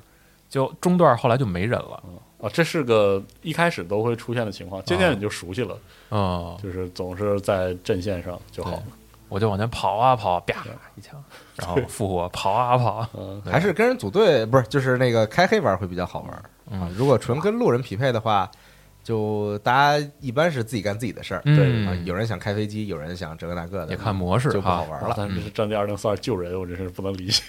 就中段后来就没人了，
啊，这是个一开始都会出现的情况，渐渐你就熟悉了，
啊
嗯，
就是总是在阵线上就好了。
我就往前跑啊跑，啪一枪，然后复活，跑啊 跑，
嗯，
对
还是跟人组队不是，就是那个开黑玩会比较好玩啊
嗯。
如果纯跟路人匹配的话，就大家一般是自己干自己的事儿，
嗯
啊，有人想开飞机，有人想这个那个的，
也看模式
就不
哈
好玩 了。嗯
但是这战地二零四二救人，我真是不能理解。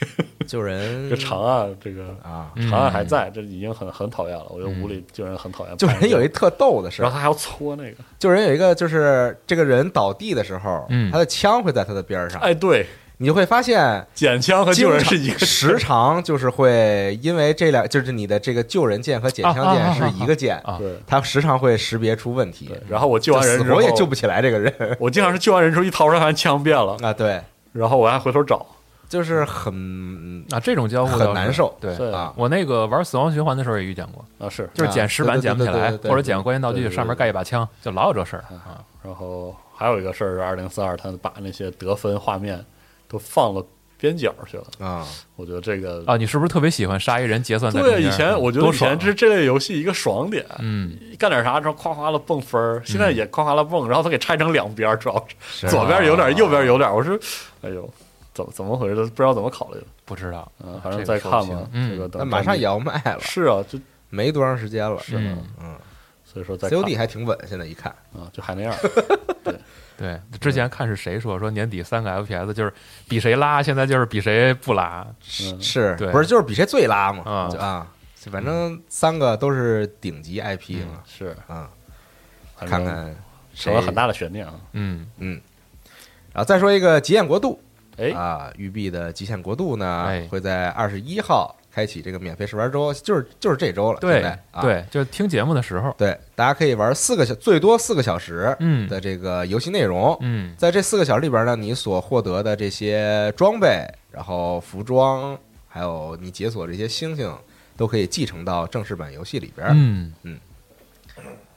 救人
这长按这个
啊，
嗯
长按还在，这已经很很讨厌了。我觉得无理救人很讨厌。
救嗯人有一，特逗的事
然
儿
后，他还要搓那个，
救人有一个就是这个人倒地的时候，
嗯
他的枪会在他的边儿上，
哎，对，
你就会发现
捡枪和救人是一
经
个
常时常就是会因为这两就是你的这个救人键和捡枪
啊啊
键
啊啊
是一个键，
啊
对
它时常会识别出问题
对。。然后我救完人
就
之
死
后，
活也救不起来这个人
我经常是救完人之后一掏出来，发现枪变了，
啊，对，
然后我还回头找。
就是很
啊，这种交互
很
倒是
难受
对，
对
啊，
我那个玩死亡循环的时候也遇见过，
啊是，
就是捡石板
对对
捡不起来，
对对对对
或者捡关键道
对
具
对对
上面盖一把枪，就老有这事儿啊。
然后还有一个事儿是二零四二，他把那些得分画面都放到边角去了。
啊，
我觉得这个
啊，你是不是特别喜欢杀一人结算在中
对
间？
以前我觉得
多
以
爽啊
前是这类游戏一个爽点，
嗯，
干点啥之后夸夸的蹦分儿，
嗯
现在也夸夸的蹦，然后他给拆成两边儿，主要是
啊
左边有
啊
点，右边有点，我是哎呦，怎么怎么回事？不知道怎么考虑的，
不知道，
嗯，反正
啊这个
再
说
看
不清
吧，
嗯
这个等
那马上也要卖了，
是啊，就
没多长时间了。
是
嗯
吗，
嗯
所以说再看
，COD 还挺稳，现在一看，
啊，就 还那样，
对，之前看是谁说说年底三个 FPS 就是比谁拉，现在就是比谁不拉，
嗯
是
对
不是就是比谁最拉嘛？
啊
就啊，反正三个都是顶级 IP 嘛，
是，
啊，
反
看
正
看
成
谁
了很大的悬念啊，
嗯，
嗯，然后再说一个《极限国度》
哎，
啊，育碧的《极限国度》呢，
哎
会在二十一号开启这个免费试玩周，就是就是这周了，现
对
在啊、
对，就是听节目的时候，
对，大家可以玩四个小，最多四个小时
嗯
的这个游戏内容。
嗯
在这四个小时里边呢，你所获得的这些装备，然后服装，还有你解锁这些星星，都可以继承到正式版游戏里边，
嗯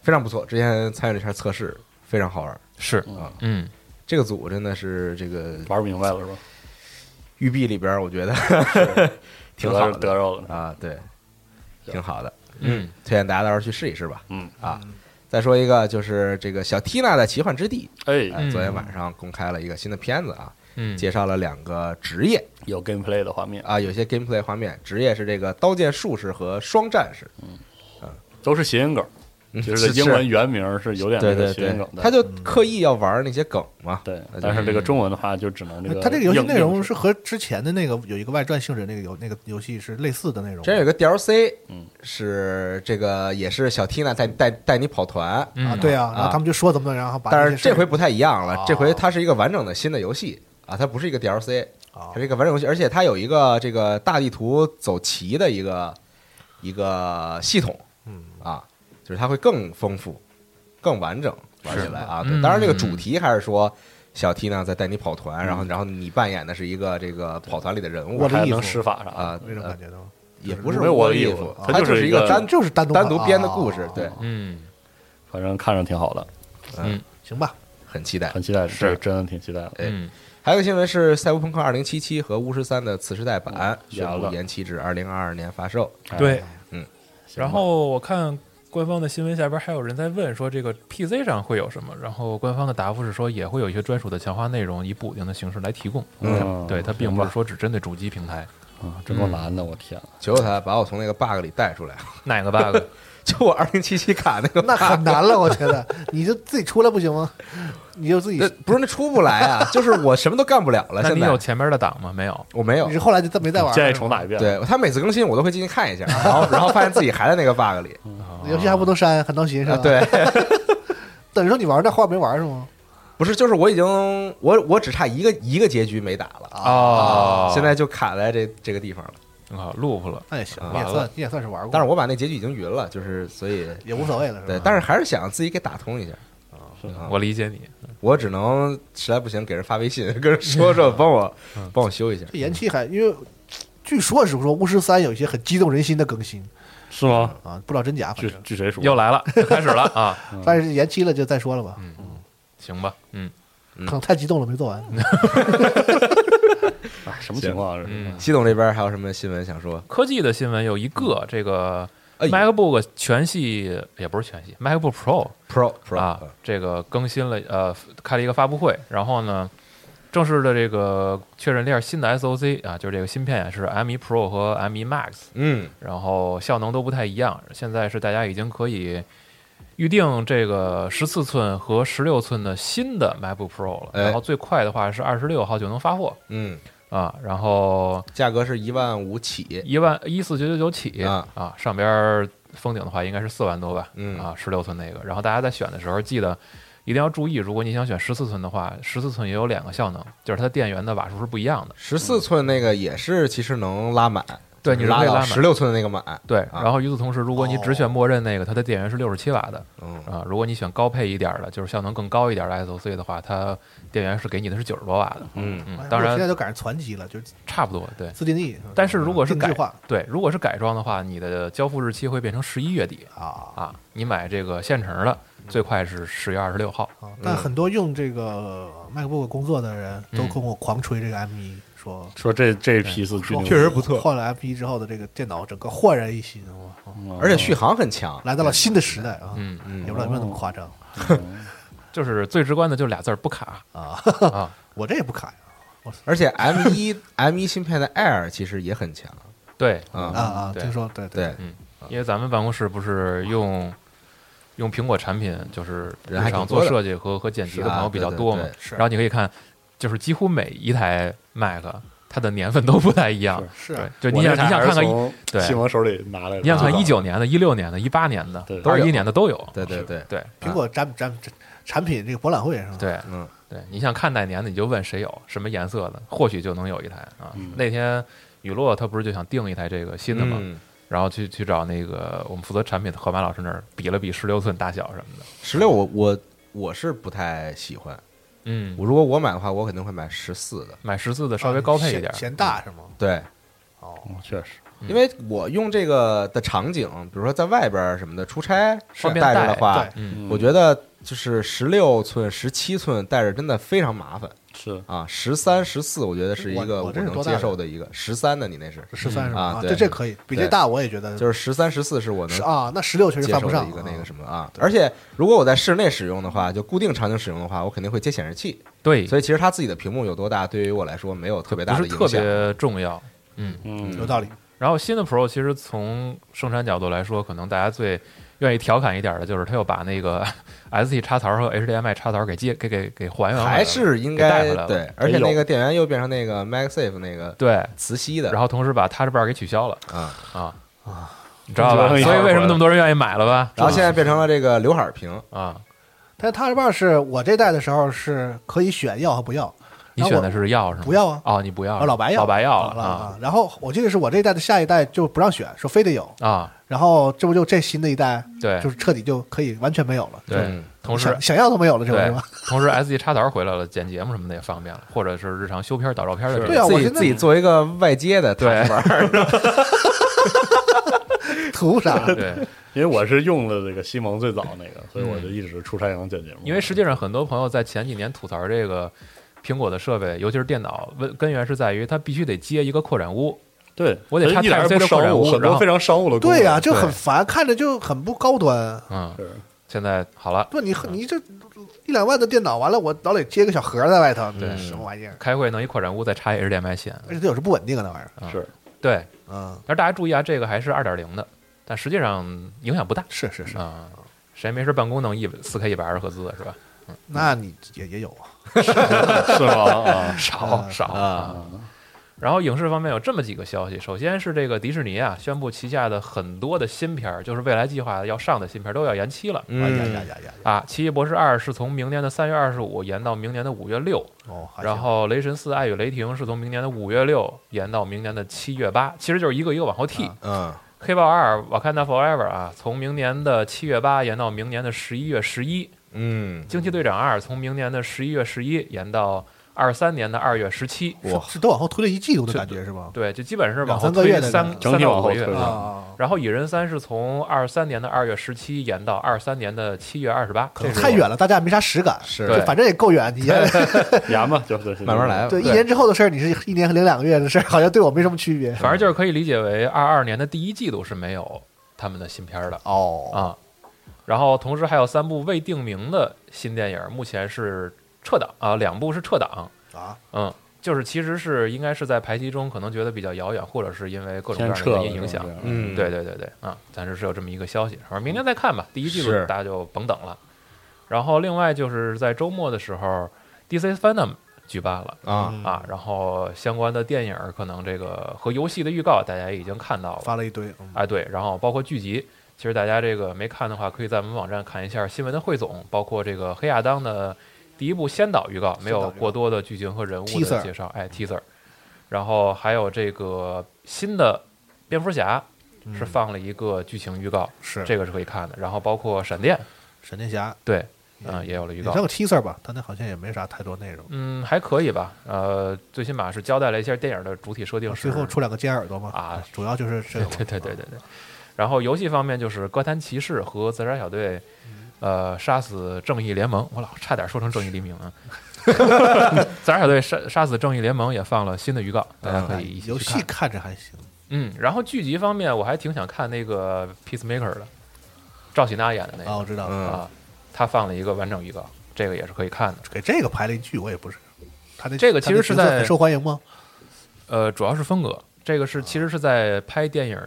非常不错。之前参与了一下测试，非常好玩。
是
嗯
嗯
这个组真的是这个
玩明白了是吧？
育碧里边，我觉得 挺
得
好
着
的
得着了，
啊，对，挺好的，
嗯，
推荐大家到时候去试一试吧。
嗯，
啊，再说一个就是这个小缇娜的奇幻之地，
哎，
哎，
嗯
昨天晚上公开了一个新的片子啊，
嗯
介绍了两个职业
有 gameplay 的画面，
啊，有些 gameplay 画面，职业是这个刀剑术士和双战士，
都是谐音梗，
嗯
就是这英文原名是有点
对
那
对
个谐音梗
对，
的，嗯
他就刻意要玩那些梗嘛，
对
那，就
但是这个
嗯
中文的话就只能这个
它这个游戏
硬
内容
硬
是和之前的那个有一个外传性质那个游那个游戏是类似的内容吗。
之前有个 DLC，
嗯
是这个也是小 Tina 带带带你跑团，
嗯
啊，对啊，然
啊
后他们就说怎么怎么样，然后把
但
那
是
些事儿
这回不太一样了
哦
啊，
这回它是一个完整的新的游戏啊，它不是一个 DLC，
啊
它是一个完整游戏，而且它有一个这个大地图走棋的一个一个系统，
嗯
啊，就是它会更丰富、更完整玩起来啊。
是
对，
嗯
当然这个主题还是说小 T 呢在带你跑团，然后然后你扮演的是一个这个跑团里的人物
我的
还
衣
能
服
施法啥的
啊，
那种
呃
感觉的吗？
也不是
没有我的
衣
衣
服
服，
啊它
它
就
就是是一
个
个
单
就是单独
呃单独编的故事
啊，
对，
嗯
反正看着挺好的，
行吧，
很期待。
很期待，
是
这真的挺期待的。
嗯
还有一个新闻是《赛博朋克2077》和《巫师三》的次世代版宣
聊
布
了
延期至2022年发售。
哎，，
然后我看官方的新闻下边还有人在问说这个 PC 上会有什么，然后官方的答复是说也会有一些专属的强化内容以补丁的形式来提供。
嗯
对，它并不是说只针对主机平台。
啊，真够难的，我天啊！
求求他把我从那个 bug 里带出来，
哪个 bug？
就我2077卡那 个 bug，
那很难了，我觉 得你就自己出来不行吗？你就自己
那，不是那出不来 啊，就是我什么都干不了了。啊
那
现
你有啊
在
前面的档吗？没有。
我没有
你是，后来就再没再玩了。
建议重打一遍。，
对他每次更新我都会进去看一 下，然后然后发现自己还在那个 bug 里。
游戏还不能删，很闹心是
啊
吧？，
对，
等于说你玩那话没玩是吗？
不是，就是我已经我我只差一个一个结局没打了，
哦，
啊现在就卡在这这个地方了。
你好 loop 了。
那也行，
啊
你也
完了
算你也算是玩过，
但是我把那结局已经匀了，就是所以
也无所谓了，是吧？
对，但是还是想自己给打通一下。啊
我理解你，
我只能实在不行给人发微信，跟人说说帮我
嗯
帮我修一下。
这延期还因为。据说是说《巫师三》有一些很激动人心的更新
是吗？
啊，不知道真假，反
据
正
据谁说？
又来了，开始了啊！
但是延期了就再说了吧。
行吧，嗯，
可能太激动了没做完。
哎，什么情况啊？这是
嗯
系统这边还有什么新闻想说？
科技的新闻有一个，这个
哎
MacBook 全系也不是全系，MacBook Pro
Pro Pro
啊
嗯，
这个更新了，呃，开了一个发布会，然后呢，正式的这个确认了一下新的 SOC 啊，就是这个芯片是 M1 Pro 和 M1 Max，
嗯，
然后效能都不太一样。现在是大家已经可以预定这个十四寸和十六寸的新的 MacBook Pro 了，
哎
然后最快的话是二十六号就能发货
嗯，
啊，然后
价格是一万五起，
一万一四九九九起
啊
上边儿封顶的话应该是四万多吧，
嗯
啊，十六寸那个。然后大家在选的时候记得一定要注意，如果你想选十四寸的话，十四寸也有两个效能，就是它的电源的瓦数是不一样的，
十四寸那个也是其实能拉满，
嗯对，你是可
拉
以拉
到
满
十。六寸的那个满，
对，
啊
然后与此同时，如果你
哦
只选默认那个，它的电源是六十七瓦的
嗯
啊。如果你选高配一点儿的，就是效能更高一点儿的 SOC 的话，它电源是给你的是九十多瓦的。
嗯，
嗯，当
哎我现在
然
都赶上攒机了，就是
差不多。对
自定义。
但是如果是
定制
改
化
对，如果是改装的话，你的交付日期会变成十一月底。
啊
啊，你买这个现成的，
嗯
最快是十月二十六号。
啊，但很多用这个 MacBook 工作的人都跟我狂吹这个 M 一，说
说这这一批次巨
说
牛，
确实不错
换了 M 一之后的这个电脑整个焕然一新，哇
嗯
而且续航很强，
来到了新的时代啊！
嗯，
也不知道有没有那么夸张
就是最直观的就俩字儿不卡
啊？
啊。
我这也不卡呀
而且 M 一 M 一芯片的 Air 其实也很强
对，
啊
啊，
啊！
对
听说对
对，
因为咱们办公室不是用用苹果产品，就是日
人还挺
常
多
做
的
设计和和剪辑
是
的朋
啊
友比较
对对
多嘛
对。
是
然后你可以看，就是几乎每一台 Mac 它的年份都不太一样。
是
对
啊，
就你想你想看看一，对
西蒙手里拿来的，
你想看一
一
九年的、一六年的、一八年的
对、
二一年的都有。
对对对，
对
苹果展展展产品这个博览会上，
对，
嗯，
对，你想看哪年的，你就问谁有什么颜色的，或许就能有一台啊。那天雨落他不是就想订一台这个新的嘛，
嗯，
然后去去找那个我们负责产品的河马老师那儿比了比十六寸大小什么的。
十六我我我是不太喜欢，
嗯，
我如果我买的话，我肯定会买十四的，
买十四的稍微高配一点嗯
嫌，嫌啊大是吗？哦
对，
嗯确实
因为我用这个的场景，比如说在外边儿什么的出差
方便
带着
带
的话
对，
嗯，
我觉得就是十六寸、十七寸带着真的非常麻烦
是
啊。十三、十四，我觉得是一个
我
我
我这是
能
多大
接
的
受的一个。十三的你那是，
十三是吗？
啊对
这这可以，比这
对
大我也觉得
就是十三、十四是我能
是啊，那十六确实
接
犯
受
不
的
上
一个
啊
那个什么啊。而且如果我在室内使用的话，就固定场景使用的话，我肯定会接显示器，
对，
所以其实它自己的屏幕有多大，对于我来说没有特别
嗯不
大
是
的
特
影响。
别重要。嗯，
有
嗯
道理。
然后新的 Pro 其实从生产角度来说，可能大家最愿意调侃一点的就是它又把那个 SD 插槽和 HDMI 插槽给接给给给还原回来了，
还是应
给带回
该
来了
对，而且那个电源又变成那个 MagSafe 那个
对，
磁吸的，
然
后
后同时把 Touch Bar 给取消了。
啊，
啊你知道吧？所以为什么那么多人愿意买了吧？
然后现在变成了这个刘海屏，
啊，
但它这半是我这代的时候是可以选要和不要，
你
然后
选
我
的是要是吗？
不要啊
哦，你不要
啊，老白要
老白要
了
啊
啊。然后我记得是我这一代的下一代就不让选，说非得有。
啊！
然后这不就这新的一代
对
就是彻底就可以完全没有了，
对
嗯，
同时
想想要都没有了，这不是
对
吗？，
同时 S D 插槽回来了，剪节目什么的也方便了，或者是日常修片导照片的地方。
对啊
自
我
己
现在
自己做一个外接的
对
台玩 儿，
图啥？
对，
因为我是用了这个西蒙最早那个，所以我就一直出差也能剪节目，
因为实际上很多朋友在前几年吐槽这个苹果的设备，尤其是电脑，问根源是在于它必须得接一个扩展坞。
对
我得
它
插
一点儿
Type-C
也不
的扩
商
展坞
务，很
然
多
后
非常商务的功能，
对呀、就
对
很烦，看着就很不高端。
嗯，
是
现在好了，
不，你你这一两万的电脑，完了我老得接个小盒在外头，嗯
对
什么玩意儿？
开会弄一扩展坞，再插一 HDMI 线。
而且它有时不稳定啊，那玩意儿。
是
对，
嗯，
但是大家注意啊，这个还是二点零的，但实际上影响不大。
是是是，
啊、谁没事办公弄一四 K 一百二十赫兹的是吧？
那你也也有啊。
是吗？啊，
少少啊。然后影视方面有这么几个消息，首先是这个迪士尼啊宣布旗下的很多的新片儿，就是未来计划要上的新片儿都要延期了。
哎呀呀
嗯，
呀呀！
啊，《奇异博士二》是从明年的三月二十五延到明年的五月六，
哦，
啊
还
然
行
后《雷神四：爱与雷霆》是从明年的五月六延到明年的七月八，其实就是一个一个往
啊
后替。
嗯，
黑豹二》《瓦坎达 Forever》啊，从明年的七月八延到明年的十一月十一，
嗯，
《惊奇队长二》从明年的十一月十一延到二三年的二月十七，
是是都往后推了一季度的感觉是吧？
对，就基本是往后
两三个
推
月的
三
感觉
三
整体
到
往
五
后
个月嗯
推。
啊，
然后《蚁人三》是从二三年的二月十七延到二三年的七月二十八，
可能太远了，大家没啥实感。
是
就
对
反正也够远，你
严吧，就是
慢慢来吧。
对一年之后的事儿，你是一年和零两个月的事儿，好像对我没什么区别。
反正就是可以理解为二二年的第一季度是没有他们的新片儿的
哦，
啊。然后同时还有三部未定名的新电影，目前是撤档啊，两部是撤档
啊，
嗯，就是其实是应该是在排期中可能觉得比较遥远，或者是因为各种
先
各样
撤
的
了
原因影响。，
嗯，
嗯，
对，对对对啊，暂时是有这么一个消息，反正明年再看吧。第一季度
是
大家就甭等了。然后另外就是在周末的时候，DC Fandom 举办了
啊，
嗯
啊，然后相关的电影儿可能这个和游戏的预告大家也已经看到了，
发了一堆，嗯
哎对，然后包括剧集，其实大家这个没看的话，可以在我们网站看一下新闻的汇总，包括这个黑亚当的第一部先导预告，没
先导
有
预告
过多的剧情和人物
Teaser
的介绍，哎 teaser，然后还有这个新的蝙蝠侠是放了一个剧情预告，
嗯是
这个是可以看的，然后包括闪电，
闪电侠
对，嗯，也有了预
也
告
算，个 teaser 吧，但那好像也没啥太多内容。啊
嗯，还可以吧，呃，最起码是交代了一下电影的主体设定是，
啊最后出两个尖耳朵嘛
啊
主要就是这个嘛。
对对对对对。然后游戏方面就是《哥谭骑士》和《自杀小队》，
嗯
呃，杀死正义联盟，我老差点说成正义黎明 啊。自杀小队杀杀死正义联盟也放了新的预告，大家可以一起
游
去
戏
看。
看着还行，
嗯，然后剧集方面，我还挺想看那个《Peacemaker》的，赵喜娜演的那
啊，我
个
知道
嗯，
了，
啊，她放了一个完整预告，这个也是可以看的。
给这个排了一句，我也不是。他那
这个其实是
他那角色
在
很受欢迎吗？
呃，主要是风格，这个
哦
是其实是在拍电影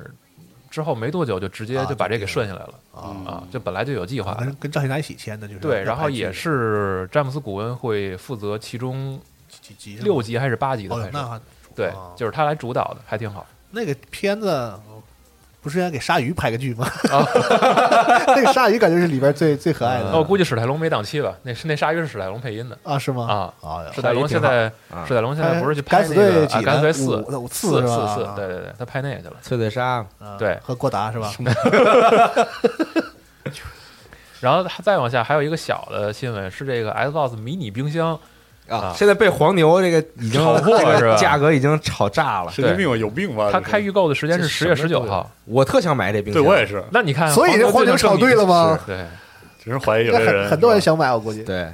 之后没多久就直接
啊
就把
就
这给顺下来了
啊，
啊，就本来就有计划的。
跟跟赵信达一起签的，就是
啊对，
要
然后
拍剧
也是詹姆斯·古恩会负责其中
几几集是吗
六集还是八集的
哦
拍
哟，那
摄，
还
对
啊，
就是他来主导的，还挺好。
那个片子呃不是应该给鲨鱼拍个剧吗？
哦
那个鲨鱼感觉是里边最最可爱
那我
的
估计史泰龙没档期吧？那是那鲨鱼是史泰龙配音的
啊，是吗？
啊。
啊，
史泰龙现在
啊
史泰龙现在不是去
敢
拍
死
那
队
个
几
啊
呢
敢死队四
五五四
四
是
四
吧
四
啊，
对对对，他拍那个去了。
翠翠莎，
啊
对
和郭达是吧？
然后再往下还有一个小的新闻是这个 Xbox 迷你冰箱
啊
啊，
现在被黄牛这个已经
炒货
这个
是吧
价格已经炒炸了。
神经病吧，有病
啊
吧？
它开预购的时间是
这
十
什
月
么
十九号。
我特想买这冰
对
箱，
我也是，
那你看，
所以这黄牛
牛
炒对了吗？
对，
只是怀疑有
应该
些人，
很很多人想买，我估计。
对，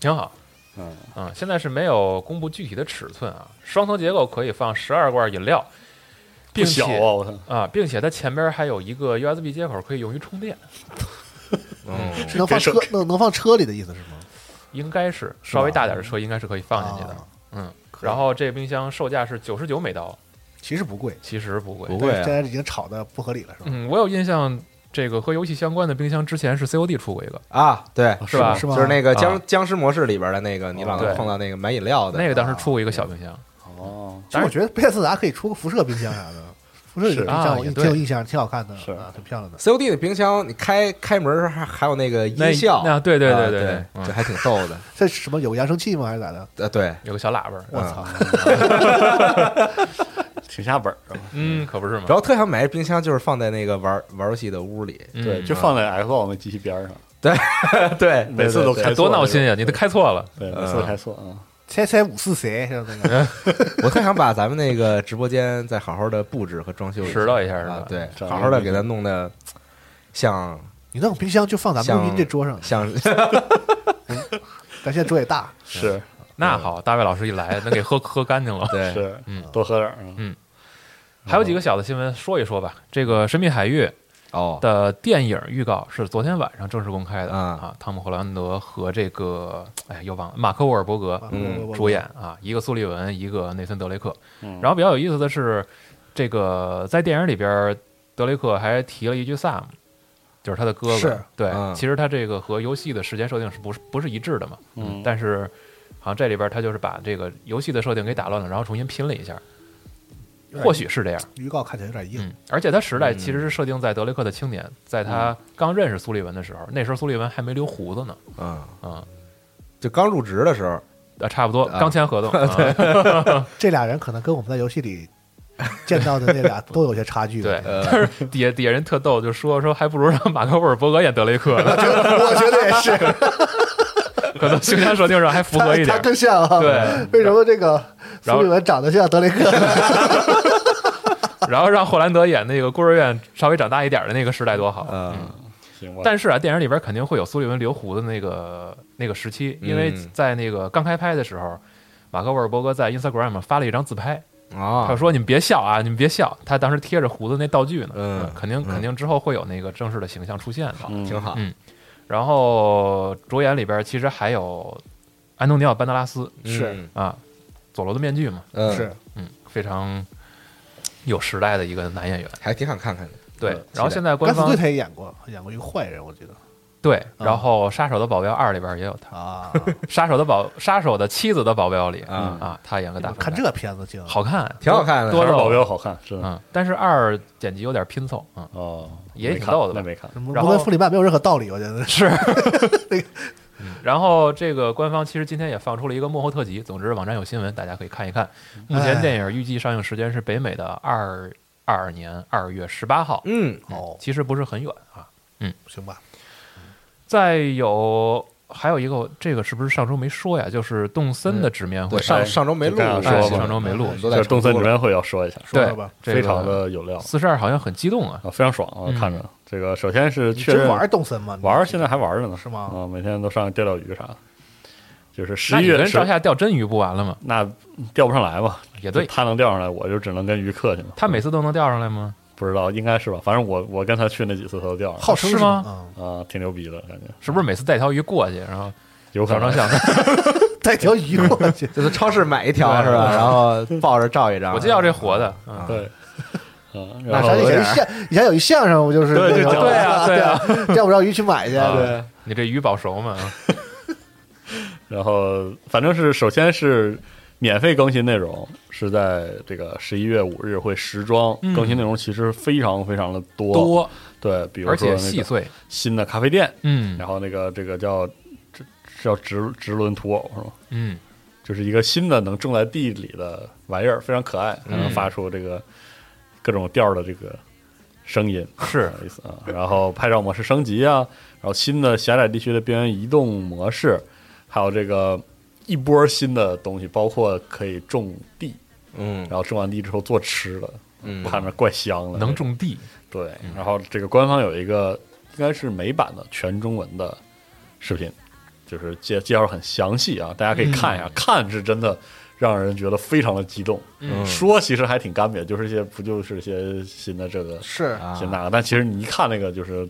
挺好。
嗯
嗯，现在是没有公布具体的尺寸啊。双头结构可以放十二罐饮料，并
不小啊！
且
我操，
啊，并且它前边还有一个 USB 接口可以用于充电，
嗯，
是能放车
给
能能放车里的意思是吗？
应该是
是吧
稍微大点的车应该是可以放进去的。
啊
嗯，
可以
然后这冰箱售价是九十九美刀，
其实不贵，
其实不贵。
不
但
贵
是现
啊，
在已经炒的不合理了，是吧？
嗯，我有印象，这个和游戏相关的冰箱之前是 COD 出过一个，
啊，对，
是吧？
是吗？
就是那个僵
啊
僵尸模式里边的那个，你老能
对
碰到那个买饮料的
那个当时出过一个小冰箱，
哦，
其实我觉得贝塞斯达可以出个辐射冰箱啥的，辐射有个冰
是啊
箱我
也
挺有
对
印象，挺好看的，
是
啊，挺漂亮的。
COD 的冰箱，你开开门的时候还还有那个
那
音效，
那对对
啊
对
对
对，
这
嗯
还挺逗的。
这是什么有个扬声器吗？还 是咋的？
呃，对，
有个小喇叭，
我操！
挺下本儿啊。
嗯，可不是嘛
然。后特想买这冰箱，就是放在那个玩玩游戏的屋里，
嗯
对，就放在 Xbox 那机器边儿上，
对，
每次都
对对
开错嗯
多闹心啊呀！你都开错了，
对，
嗯
每次都开错啊。
猜猜五四谁？是吧那个
对 我特想把咱们那个直播间再好好的布置和装修下
拾掇一下是吧
啊，对，
找一个
好好的给它弄的像
你弄个冰箱就放咱们录音这桌上，
像
咱现在桌也大，
是
那好，大卫老师一来，能给喝喝干净了。
对
是，
嗯
多喝点儿啊。
还有几个小的新闻说一说吧。这个《神秘海域》
哦，
的电影预告是昨天晚上正式公开的
啊
啊，汤姆·霍兰德和这个哎又忘了马克·沃尔伯格
嗯
我我
主演啊，一个苏利文，一个内森·德雷克。
嗯
然后比较有意思的是，这个在电影里边，德雷克还提了一句萨姆。就是他的哥
是
哥，对，
嗯
其实他这个和游戏的时间设定是不是不是一致的嘛？
嗯，
但是好像这里边他就是把这个游戏的设定给打乱了，然后重新拼了一下，
有点
或许是这样。
预告看起来有点硬
嗯，而且他时代其实是设定在德雷克的青年，在他刚认识苏利文的时候，那时候苏利文还没留胡子呢，
嗯，
啊、
就刚入职的时候，
啊，差不多
啊
刚签合同，啊
这俩人可能跟我们在游戏里见到的那 俩都有些差距。
对，
呃
但是底下底下人特逗，就说说还不如让马克沃尔伯格演德雷克呢，
我觉得也是，
可能形象设定上还符合一
他
点
他。更像啊。
对
为什么这个
然后
苏利文长得像德雷克？
然后让霍兰德演那个孤儿院稍微长大一点的那个时代多好。
呃，
行吧。
但是啊，电影里边肯定会有苏利文留胡子那个那个时期，因为
嗯
在那个刚开拍的时候，马克·沃尔伯格在 Instagram 上发了一张自拍，嗯他
啊，
说：“你们别笑啊，你们别笑。”他当时贴着胡子那道具呢，
嗯
肯定肯定之后会有那个正式的形象出现的。
嗯
挺好，
然后主演里边其实还有安东尼奥·班德拉斯
是
啊，佐罗的面具嘛，
嗯，
是
嗯，非常有时代的一个男演员。
还挺想看看的。呃
对
嗯，
然后
期待
现在
敢
官
死
方
队他也演过，演过一个坏人，我记得
对，
嗯
啊
然后《杀手的保镖二》里边也有他，
啊。
《杀手的保杀手的妻子的保镖》里
啊
啊，他演个大
我看
反派
这片子竟
好看，
挺好看的
多
还是保
逗。
镖好看，是
嗯，但是二剪辑有点拼凑，嗯，
哦，
也
没
挺
看
逗的吧
那没看，
摩
然
摩
后
根弗里曼没有任何道理，我觉得是
然后这个官方其实今天也放出了一个幕后特辑，总之网站有新闻，大家可以看一看。
嗯
目前电影预计上映时间是北美的二二二年二月十八号，
嗯，
哦，
其实不是很远啊。
行吧，
再有还有一个，这个是不是上周没说呀？就是动森的直面会
对，上
哎
上周没
就
录，
这样
哎
说吧
上周没录
我，们都在
这动森
重
直
录，
面会要说一下，
说
对
了吧，，
这个
非常的有料
四十二好像很激动啊，
啊，非常爽啊，看着这个，首先是
你
确
真
认
玩动森吗？你
玩儿现在还玩着呢，
是吗
啊，每天都上去钓钓鱼啥的，就是
那
十一
你
月
跟
十
赵夏钓真鱼不完了吗？
那钓不上来吧？
也对
就他能钓上来，我就只能跟鱼客去嘛。
他每次都能钓上来吗？
不知道，应该是吧？反正我我跟他去那几次，他都钓上
号称
是吗
嗯，
来啊，挺牛逼的感觉，
是不是每次带条鱼过去，然后
有可
找张
能
相？
带条鱼 过去
就是超市买一条
对
是吧？然后抱着照一张，
我就要这活的，嗯
对啊，
那
然后
啥以前相以前有一相声，不就是
对对
那种
对
啊对啊，
钓不着鱼去买去，
啊
对，
你这鱼保熟吗？
然后反正是首先是免费更新内容，是在这个十一月五日会时装
嗯
更新内容，其实非常非常的多，
多，
对，比如
而
说
且
那
细
个
碎，
新的咖啡店，
嗯
然后那个这个叫这叫直直轮土偶是吗？
嗯，
就是一个新的能种在地里的玩意儿，非常可爱，还能发出这个各种调儿的这个声音，
是
意思啊。然后拍照模式升级啊，然后新的狭窄地区的边缘移动模式，还有这个一波新的东西，包括可以种地，
嗯
然后种完地之后做吃的，
嗯，
看着怪香的，
能种地，
对。然后这个官方有一个应该是美版的全中文的视频，就是介介绍很详细啊，大家可以看一下，看是真的让人觉得非常的激动。
嗯
说其实还挺干瘪，就是一些不就是一些新的这个
是
啊
新那个，但其实你一看那个就是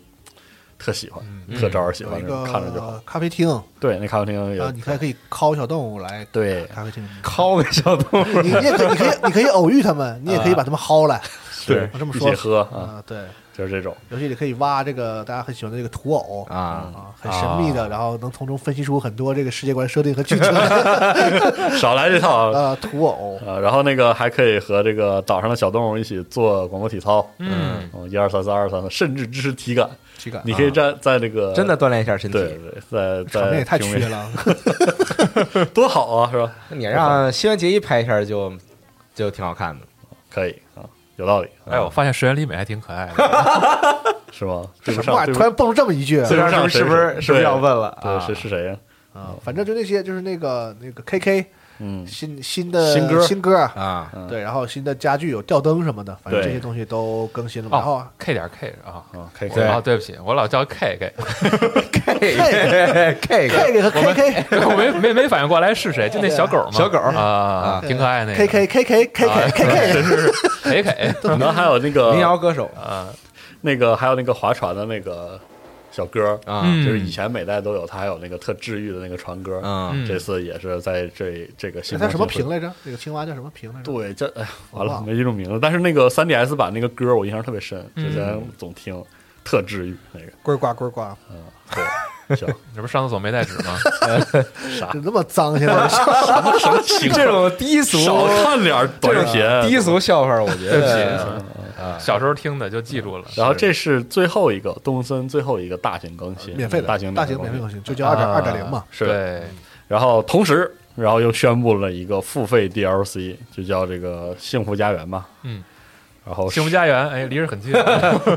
特喜欢，特招人喜
嗯有
欢
一，
看着就好
个。咖啡厅，
对，那咖啡厅
然后
也
你啊还可以敲小动物来
对
咖啡厅，
敲个小动物，
你你也可以你可以你可以偶遇他们，你也
啊
可以把他们薅来
对
我这么
一
说
起喝
啊，
啊，
对。
就是这种。
游戏里可以挖这个大家很喜欢的这个土偶
啊
很神秘的，然后能从中分析出很多这个世界观设定和 剧情
少来这套啊！
呃，土偶
啊然后那个还可以和这个岛上的小动物一起做广播体操，
嗯，
嗯，一二三四，二二三四，甚至支持体感，
体感，啊
你可以在在这个
真的锻炼一下身
对
体。
对，在
场面
在
也太
平
缺
面，
了，
多好啊，是吧？
你让新垣结衣拍一下就就挺好看的。
可以啊，有道理。啊
哎，我发现石原里美还挺可爱的，
是吗？ 对
什么
不上，
玩意儿？
对嗯不
突然蹦出这么一句
不知
对
道
不上
是不是
谁
是不是要问了
对
啊？
是是谁呀？
啊！反正就那些，就是那个那个 KK
嗯，
新新的
新歌
新歌，
啊，
嗯
对，然后新的家具有吊灯什么的，反正
对
这些东西都更新了嘛。然
哦
后啊
，K 点 K 啊。
嗯
啊，可以可
对
以。
啊，对不起，我老叫 K K，
这 这个
KK 和 KK
我没没没反应过来是谁，就那小狗嘛，
小狗
啊，挺可爱那个
KK KK
啊
KK KK
真是 K K，
哦然后还有那
民谣
个
歌手
啊，
那个还有那个划船的那个小歌
啊
嗯
就是以前每代都有，它还有那个特治愈的那个船歌，
嗯
这次也是在这这个新
叫什么
更新
屏
会？
来着？那个青蛙叫什么屏来着？
对，叫哎呀，
我忘
完了
了
没记住名字。但是那个 3DS 版那个歌我印象特别深，
嗯
之前总听，特治愈那个。
呱呱呱呱，
对，行，
这不是上厕所没带纸吗？
就那么脏，现在
什么情况
这种低俗
少看点
这
短
种
视频，
低俗笑话，我觉得啊
对啊小时候听的就记住了。
然后这是最后一个动森最后一个大型更新，
免费的，
大型
大型免费
更新
更新，就叫二点
啊
二点零嘛。
是
对，
然后同时，然后又宣布了一个付费 DLC，就叫这个《幸福家园》嘛。
嗯，
然后
幸福家园，哎，离着很近，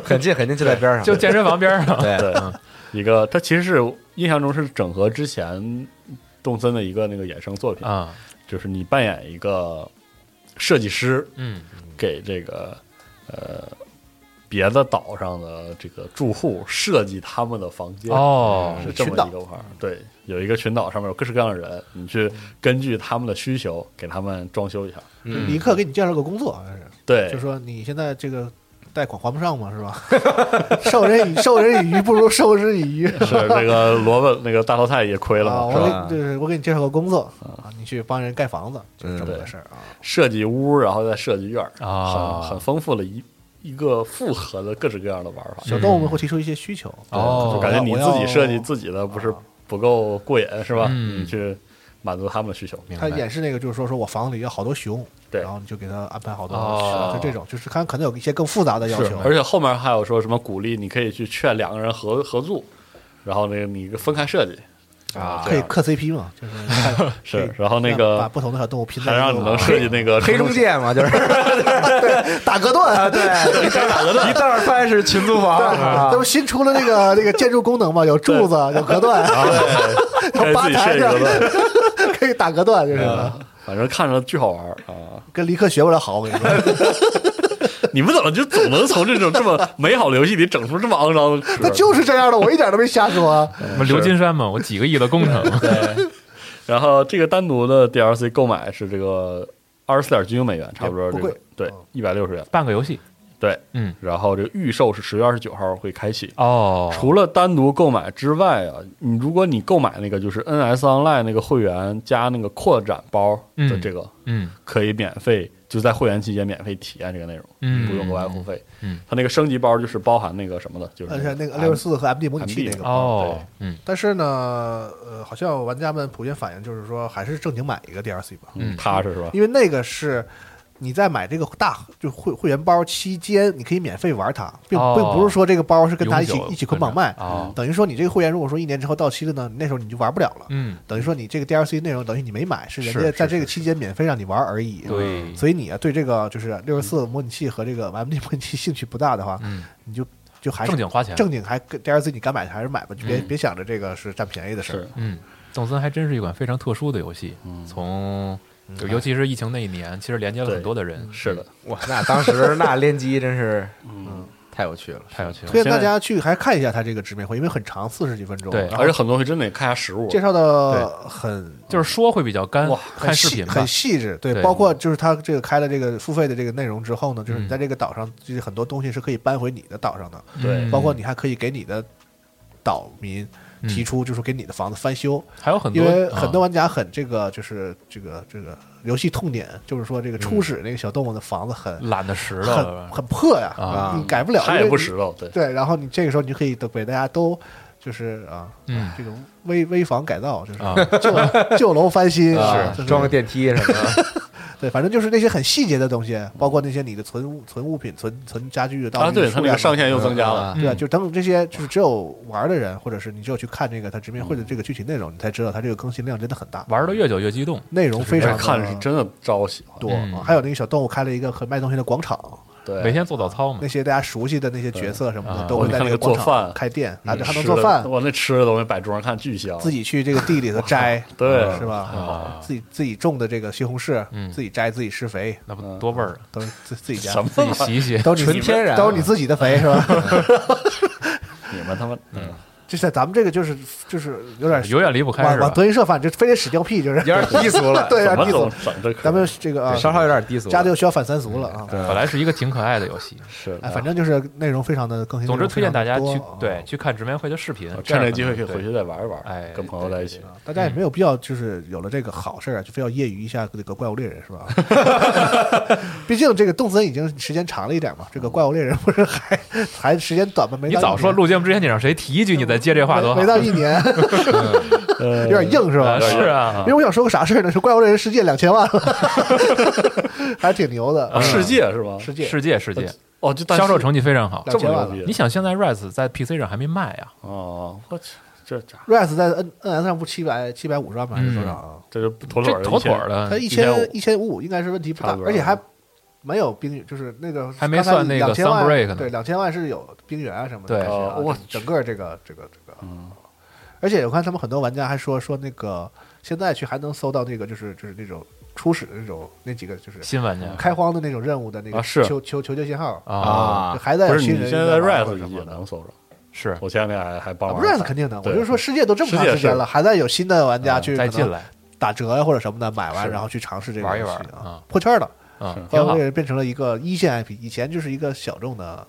很近很近，就在边上。
就健身房 边上。
对，
对一个，它其实是印象中是整合之前动森的一个那个衍生作品，
啊，
就是你扮演一个设计师，
嗯，
给这个呃别的岛上的这个住户设计他们的房间
哦
是这么一个玩儿。对，有一个群岛上面有各式各样的人，你去根据他们的需求给他们装修一下。
嗯
李克给你介绍个工作，好像是，
嗯对，
就说你现在这个贷款还不上嘛，是吧？ 授人以授人以鱼，不如授之以渔。
是 那个萝卜那个大头菜也亏了
啊，
嘛，
我
是吧？嗯
给对，我给你介绍个工作啊，你去帮人盖房子，就是
嗯
这么个事儿啊。
设计屋，然后再设计院儿，
啊
很很丰富的一一个复合的各式各样的玩法。
小动物们会提出一些需求，
哦
嗯就感觉你
我要
自己设计自己的不是不够过瘾是吧？
嗯
你去满足他们的需求。
明
他
白
演示那个就是说，说我房里要好多熊，
对
然后你就给他安排好多
哦
熊，就这种，就是看可能有一些更复杂的要
是
求，，
而且后面还有说什么鼓励你可以去劝两个人合合住，然后那个你分开设计，
啊
可以磕 CP 嘛，就是看
是
可以
然后那个
把不同的小动物拼在
还
一起
让你能设计那个
黑中介嘛，就是
打隔 断，对，
对，一袋儿饭是群租房啊
这不，新出了那个那个建筑功能嘛，有柱子，有隔断， 有
啊对，
吧
自己设
台
计嗯一
的，
个，
可以打隔断，就是
反正看着巨好玩儿啊。
跟离克学不了好，我 跟你说，
你们怎么就总能从这种这么美好的游戏里整出这么肮脏的壳
那就是这样的，我一点都没瞎说啊。
我们刘金山嘛，我几个亿的工程，
然后这个单独的 DLC 购买是这个二十四点九美元，差不多、
也
这
不
个
贵啊
对，一百六十元，
半个游戏
对，
嗯。
然后这个预售是十月二十九号会开启。
哦，
除了单独购买之外啊，你如果你购买那个就是 NS Online 那个会员加那个扩展包的这个，
嗯
可以免费，就在会员期间免费体验这个内容，
嗯
不用额外付费。
嗯
它那个升级包就是包含那个什么的，就是
而且呃那个
M- 啊
六十四和 MD 模拟器
MD
那个，
哦，嗯
但是呢，呃，好像玩家们普遍反映就是说，还是正经买一个 DLC 吧，
嗯踏实是吧？
因为那个是你在买这个大就会会员包期间，你可以免费玩它，并
哦
并不是说这个包是跟它一
永
起
久
一起捆绑卖
跟
啊
着哦，
等于说你这个会员如果说一年之后到期了呢，那时候你就玩不了了。
嗯，
等于说你这个 DLC 内容等于你没买，是人
是
家
是嗯
在这个期间免费让你玩而已。
对
所以你啊对这个就是六十四模拟器和这个 MD 模拟器兴趣不大的话，
嗯
你就就还是
正经花钱，
正经还跟 DLC 你敢买还是买吧，就别、别想着这个是占便宜的事儿
是。
嗯，动森还真是一款非常特殊的游戏，
嗯
从就尤其是疫情那一年，其实连接了很多的
嗯
人，
是的，
哇，那当时那联机真是，嗯，太有趣了。
太有趣了
推，荐大
现在
家去还看一下它这个直面会，因为很长，四十几分钟，
对
然后
而且很多会真得看下实物，
介绍的很
就是说会比较干
哇，
看
很
视
细
频吧
很，细致，对，
对
包括就是他这个开了这个付费的这个内容之后呢，就是
嗯
你在这个岛上，就是很多东西是可以搬回你的岛上的，
对
嗯
包括你还可以给你的岛民提出，就是给你的房子翻修，
还有很
因
多
为很多
啊
玩家很这个就是这个这个游戏痛点，就是说这个初始那个小动物的房子很
懒得拾
很
嗯了，
很破呀，
啊
你改不了，
他
因
也
为
不
你
拾掇，对，
对，然后你这个时候你就可以都给大家都就是啊，
嗯
这个危危房改造，就是
啊
旧旧楼翻新，
啊
就是
装个电梯什么的，
对，反正就是那些很细节的东西，包括那些你的存物、存物品、存存家具到
啊，对他那个上限又增加
啊
了，
对啊，
嗯
就等等这些，就是只有玩的人，或者是你只有去看这个他直面会的这个具体内容，你才知道他这个更新量真的很大，
玩的越久越激 动，
内容非常啊
这
地
看着是真的招喜欢，
多啊
嗯。
还有那个小动物开了一个很卖东西的广场，
对，
每天做早操嘛
那，些大家熟悉的那些角色什么
嗯啊
的，都
我
会在
看那
个
个做
广
饭嗯
场开店，啊，这还能
吃
做
的
饭，
我那吃的东西摆桌上看巨香，，
自己去这个地里头摘嗯
对
是吧
啊？
自己自己种的这个西红柿
嗯，
自己摘，自己施肥，
那不多味儿啊，
都是自自己家
什么啊
自己洗一洗，
都是你
纯天然啊
都是你自己的肥是吧？
你们他妈，嗯
这在咱们这个就是就是有点
永远离不开
往
是吧
往德云社反，就非得屎尿屁，就是
有点低俗了，
对
怎
啊，
么
地
总
总，
整这
咱
可
们这个啊，
稍稍有点低俗了。
家里又需要反三俗了啊。
本来是一个挺可爱的游 戏，
是
哎，反正就是内容非常的更新。
总之推荐大家
内
去
容非常地多啊
对，去看直面会的视频，
哦
趁这
样
个机会可以
能
回去再玩一玩，
哎
跟朋友在一起
啊
嗯
大家也没有必要，就是有了这个好事儿啊，就非要业余一下这个怪物猎人是吧？ 毕竟这个动森已经时间长了一点嘛，这个怪物猎人不是还还时间短吗？没
你
到一
早说
年
录节目之前你让谁提一句，你再接这话多好
没没到一年，有点硬是吧？
啊是啊
因为，我想说个啥事儿呢？是怪物猎人世界两千万了， 还挺牛的。
嗯
嗯
啊世界是吧？
世界
世界世
呃
界
哦，就但是
销售成绩非常好。
这
这
么
么
牛
牛
你
逼
想现在 Rise 在 PC 上还没卖啊呀？
哦，我去，这家
Rise 在 N N S 上不七百七百五十万吗？还是多少啊？
这就妥妥
这
的
妥妥
它
的，
一
1500
千一千五应该是问题不大
差不，多
而且还没有冰雨，就是那个
还没算那个
两千万
Sunbreak 呢
对，两千万是有冰原啊什么的。
对
开始啊
哦我
整整个这个这个这个，而且我看他们很多玩家还说说那个现在去还能搜到那个就是就是那种。初始的那种那几个就是
新玩家
开荒的那种任务的那个
啊是
求求求救信号，
啊，
就还在
不是
新
你
人
现在
在玩或者
Rise
什么
也
的
能搜着，
是
我前两天还还帮
啊
忙
不是
看
肯定能，我
对
就说世界都这么长
世界
时间了，还在有新的玩家去
嗯再
可
进
能
来
打折呀或者什么的，买完
是
然后去尝试这个
玩一
游戏
玩
啊，
啊
破圈了，
啊
是，
挺好
后。来变成了一个一线 IP，以前就是一个小众的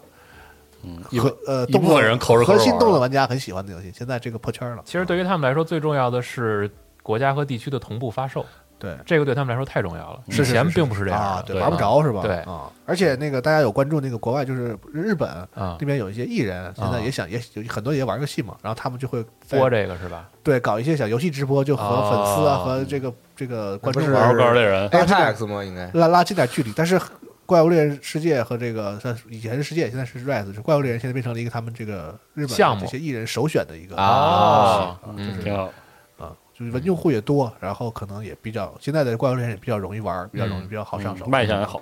嗯
和呃
一
动
部
作
分人抠着抠
核
着
心
玩
动作
了
玩家很喜欢的游戏，现在这个破圈了，
其实对于他们来说，最重要的是国家和地区的同步发售，
对。
这个对他们来说太重要了。
是是
以前并不是这样的
啊，对，
对
玩不着是吧？
对
啊，而且那个大家有关注那个国外，就是日本
啊
那，边有一些艺人，现在也想也有很多也玩游戏嘛，然后他们就会在
播这个是吧？
对搞一些小游戏直播，就和
哦
粉丝啊和这个这个观众
不是
玩
玩怪物猎人，
Apex 吗？应该
拉拉近点距离，但是。怪物猎人世界和这个像以前是世界，现在是 Rise，是怪物猎人现在变成了一个他们这个日本
项目
这些艺人首选的一个
啊
游戏啊，
嗯
就是
挺好。
啊，就是文用户也多，然后可能也比较现在的怪物猎人也比较容易玩，比较容易
嗯
比较好上手，嗯
卖相也好，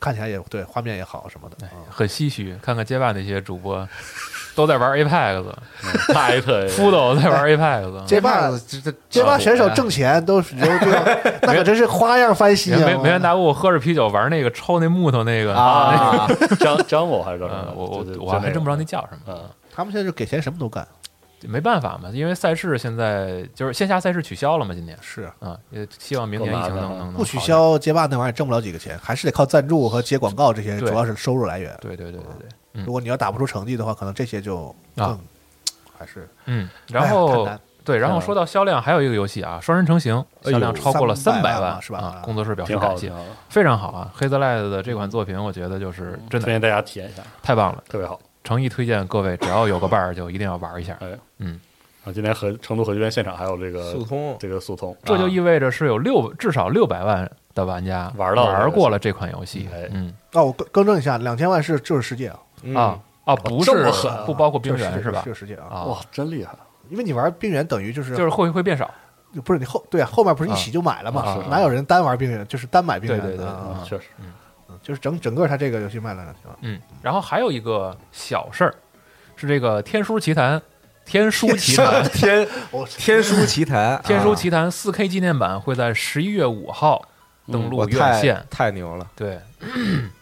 看起来也对，画面也好什么的。啊
很唏嘘，看看街霸那些主播都在玩 Apex，
太特
f u d o 在玩嗯 Apex，
街霸
这这
街
啊
霸选手挣钱都是人这个，那可真是花样翻新
梅
啊！
梅梅兰达悟喝着啤酒玩那个抽那木头那个，
啊，
张张某还是叫什么
嗯，？我我
就就
我还真不知道那
就
叫什么。
那个，嗯，
他们现在就给钱什么都干，
没办法嘛，因为赛事现在就是线下赛事取消了嘛，今年
是
啊，也希望明年疫情
够麻烦
能
了
能
不取。
能嗯好
消街霸那玩意儿挣不了几个钱，还是得靠赞助和接广告这些
对
主要是收入来源。
一点对对对
哎
对对，
如果你要打不出成绩的话，可能这些就更、
嗯啊
还是
嗯，
哎
然
呀太
后
难
对，然后说到销量，还有一个游戏啊，《双人成行》销量超
哎
过了
300
三
万
百
嘛是吧
啊，工作室表示
挺好
感
的，
谢
挺，好的，
非常好啊！黑泽赖的这款作品，我觉得就是真
推
的
荐大家体验一下，
太棒了，
特别好。
诚意推荐各位，只要有个伴儿就一定要玩一下。
哎，
嗯，
啊，今天和成都核聚变现场还有这个
速通
这个速通，啊
这就意味着是有六至少六百万的玩家
玩到了
玩过了这款游戏
哎，
嗯
哦，我更更正一下，两千万是就是世界啊，
嗯
啊啊，不
这
是
么狠啊
不包括
就
冰
是世
原
界
是吧
就是？世界啊，
啊，
哇，真厉害！
因为你玩冰原等于就是
就是会会变少，
不是你后对啊，后面不是一
啊
起就买了嘛，
啊是
哪有人单玩冰原就是单买冰原的
对对对
啊
啊
啊
啊，确实，
啊就是整整个他这个游戏卖了两千万。
嗯，然后还有一个小事儿，是这个《天书奇谭》《天书奇 谭》《
天
啊
我
天书奇谭，
天书
啊
奇谭》四 K 纪念版会在十一月五号登
嗯
我
陆院
太
线。
太牛了，
对，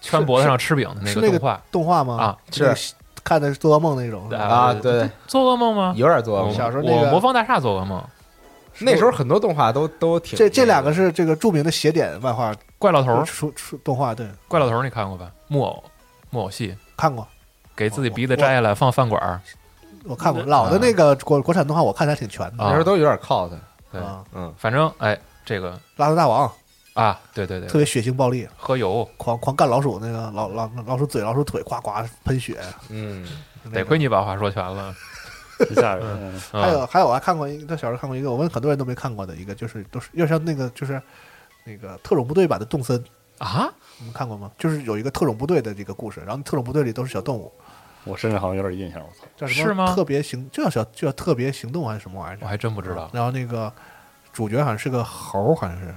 圈脖子上吃饼的那
是
个
那
动
个
画
动画吗？
啊，
就是看的是做噩梦那种。
啊，，对，嗯
做噩梦吗？
有点作
我
梦。
小时候那
我
个
魔方大厦做噩梦，
那时候很多动画都都挺
这这两个是这个著名的邪典漫画
怪老头儿，
出出动画，对，
怪老头儿你看过吧？木偶，木偶戏，
看过，
给自己鼻子摘下来放饭馆
哦
儿
我看过老的那个国国产动画，我看的还挺全的
那时
啊
候，都有点 cult，
对，
啊，
嗯，
反正哎，这个
邋遢大王
啊，对对对
特，别血腥暴力，
喝油，
狂狂干老鼠那个老老老鼠嘴、老鼠腿，呱呱喷血，
嗯，
那个
得亏。你把话说全了。
真吓人。嗯
嗯
还有还有，我还看过一个，他小时候看过一个，我们很多人都没看过的一个，就是都是要像那个就是那个特种部队版的动森，
啊，
你们看过吗？就是有一个特种部队的这个故事，然后特种部队里都是小动物，
我甚至好像有点印象，我操，
叫什么？
是吗
特别行就叫小就叫特别行动还是什么玩意
我
儿？
还真不知道
然后那个主角好像是个猴儿，好像是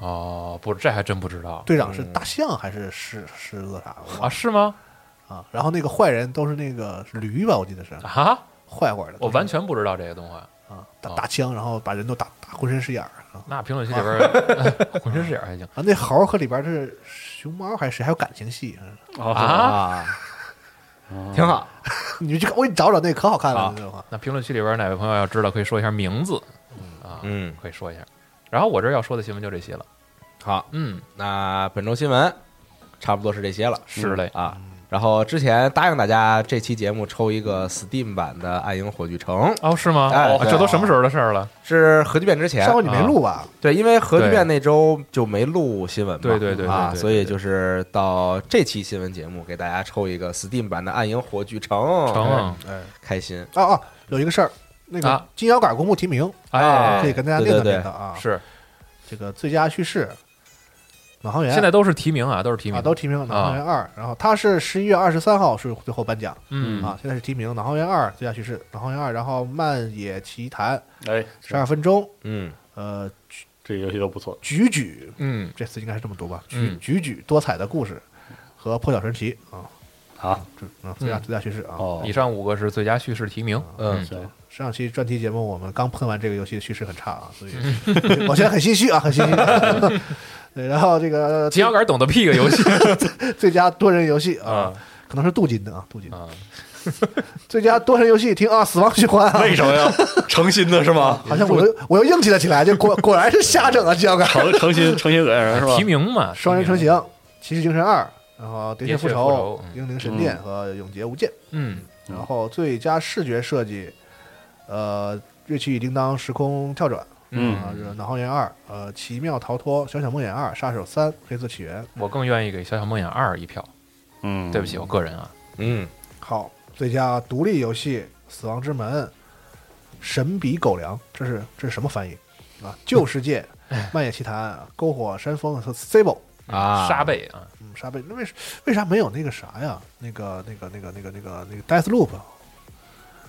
哦，不，这还真不知道
队长是大象还是狮狮子啥的
啊？是吗？
啊。然后那个坏人都是那个驴吧，我记得是
啊，
坏坏的。
我完全不知道这个动画。
啊打
哦
打枪，然后把人都打打浑身是眼儿啊。
那评论区里边 儿浑身是眼儿还行
啊，那猴儿和里边儿是熊猫还是谁？还有感情戏，嗯
啊，
啊，挺好，
你去看我给你找找那个可好看了
啊
那动画。
那评论区里边儿哪位朋友要知道，可以说一下名字啊，
嗯，
可以说一下。然后我这儿要说的新闻就这些了。
好，
嗯，
那本周新闻差不多是这些了，
嗯
是嘞
啊。然后之前答应大家这期节目抽一个 Steam 版的《暗影火炬城》，
哦，是吗？
哎
哦
对
这
啊
都什么时候的事儿了？
是核聚变之前
上，回你
啊
没录吧？
对，因为核聚变那周就没录新闻嘛，
对对对对
啊，
对对
所以就是到这期新闻节目给大家抽一个 Steam 版的《暗影火炬城》，
成啊，
哎，
开心，
哦哦，有一个事儿，那个
啊
金摇杆公布提名，啊
哎
可以，跟大家
对
念叨
对
念叨啊。
是，
这个最佳叙事，《暖航员》
现在都是提名啊，都是提
哎啊
名，啊
都提名了《暖航员二》，然后他是十一月二十三号是最后颁奖
嗯
啊，现在是提名《暖航员二》最佳叙事，《暖航员二》，然后《漫野奇谭》
哎，
十二分钟，
嗯，
呃，
这个游戏都不错，
举举，
嗯，
这次应该是这么读吧，举
嗯
举举多彩的故事和破晓神奇啊，
啊，
这啊，最佳
嗯
最佳叙事啊。
哦
以，上五个是最佳叙事提名，
啊
嗯，
行，
上期专题节目我们刚喷完这个游戏的叙事很差啊，所以
嗯
我现在很心虚啊，很心虚。 对，然后这个
金小杆懂得屁个游戏
最佳多人游戏啊
啊，
可能是镀金的啊，镀金的。
啊，
最佳多人游戏，听啊，死亡 循环啊，
为什么呀？诚心的是吗？
好像我又我又硬气了起来，就果果然是瞎整啊，这样感。
诚诚心诚心恶心人是吧
提？名嘛，
双人成
提名，
行，骑士精神二，然后喋血复
喋血复仇嗯
英灵神殿和永劫无间，
嗯，
嗯
然后最佳视觉设计，呃，瑞奇与叮当时空跳转。
嗯
啊，这脑航员二，呃，奇妙逃脱，小小梦魇二，杀手三，黑色起源。
我更愿意给《小小梦魇二》一票，
嗯，
对不起，我个人啊，
嗯，
好，最佳独立游戏《死亡之门》，神笔狗粮，这是这是什么翻译啊？旧世界、漫野奇谭、篝火山峰和 Sable，
啊
沙贝啊，
嗯，沙贝，那为什为啥没有那个啥呀？那个那个那个那个那个那个 Death Loop